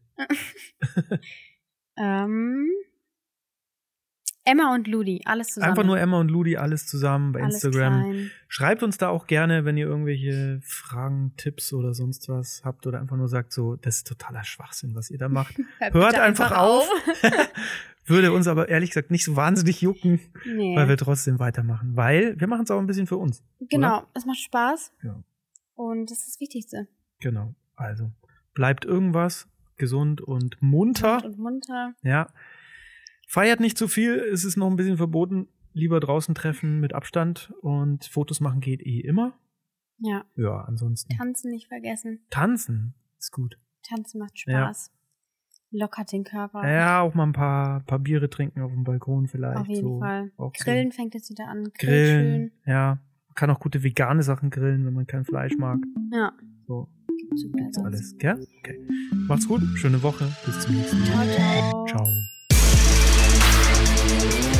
[SPEAKER 1] ähm, Emma und Ludi, alles zusammen.
[SPEAKER 2] Einfach nur Emma und Ludi alles zusammen bei
[SPEAKER 1] alles
[SPEAKER 2] Instagram.
[SPEAKER 1] Klein.
[SPEAKER 2] Schreibt uns da auch gerne, wenn ihr irgendwelche Fragen, Tipps oder sonst was habt oder einfach nur sagt so, das ist totaler Schwachsinn, was ihr da macht. Hört
[SPEAKER 1] bitte
[SPEAKER 2] einfach auf. Würde uns aber ehrlich gesagt nicht so wahnsinnig jucken,
[SPEAKER 1] nee.
[SPEAKER 2] weil wir trotzdem weitermachen. Weil wir machen es auch ein bisschen für uns.
[SPEAKER 1] genau, es macht Spaß.
[SPEAKER 2] Ja.
[SPEAKER 1] Und das ist das Wichtigste.
[SPEAKER 2] Genau. Also bleibt irgendwas gesund und munter.
[SPEAKER 1] Und munter.
[SPEAKER 2] Ja. Feiert nicht zu viel. Es ist noch ein bisschen verboten. Lieber draußen treffen mit Abstand und Fotos machen geht eh immer.
[SPEAKER 1] Ja,
[SPEAKER 2] Ja, ansonsten
[SPEAKER 1] tanzen nicht vergessen.
[SPEAKER 2] tanzen ist gut.
[SPEAKER 1] Tanzen macht
[SPEAKER 2] Ja.
[SPEAKER 1] Spaß. Lockert den Körper.
[SPEAKER 2] Ja, auch mal ein paar, paar Biere trinken auf dem Balkon vielleicht.
[SPEAKER 1] Auf jeden
[SPEAKER 2] so.
[SPEAKER 1] Fall.
[SPEAKER 2] Auch so
[SPEAKER 1] Grillen fängt jetzt wieder an.
[SPEAKER 2] also Grillen. Ja. Man kann auch gute vegane Sachen grillen, wenn man kein Fleisch mag.
[SPEAKER 1] Schön. Ja. Also.
[SPEAKER 2] So,
[SPEAKER 1] Super.
[SPEAKER 2] alles, gell? Okay. Macht's gut, schöne Woche. Bis zum nächsten Mal.
[SPEAKER 1] Ciao, ciao.
[SPEAKER 2] Ciao.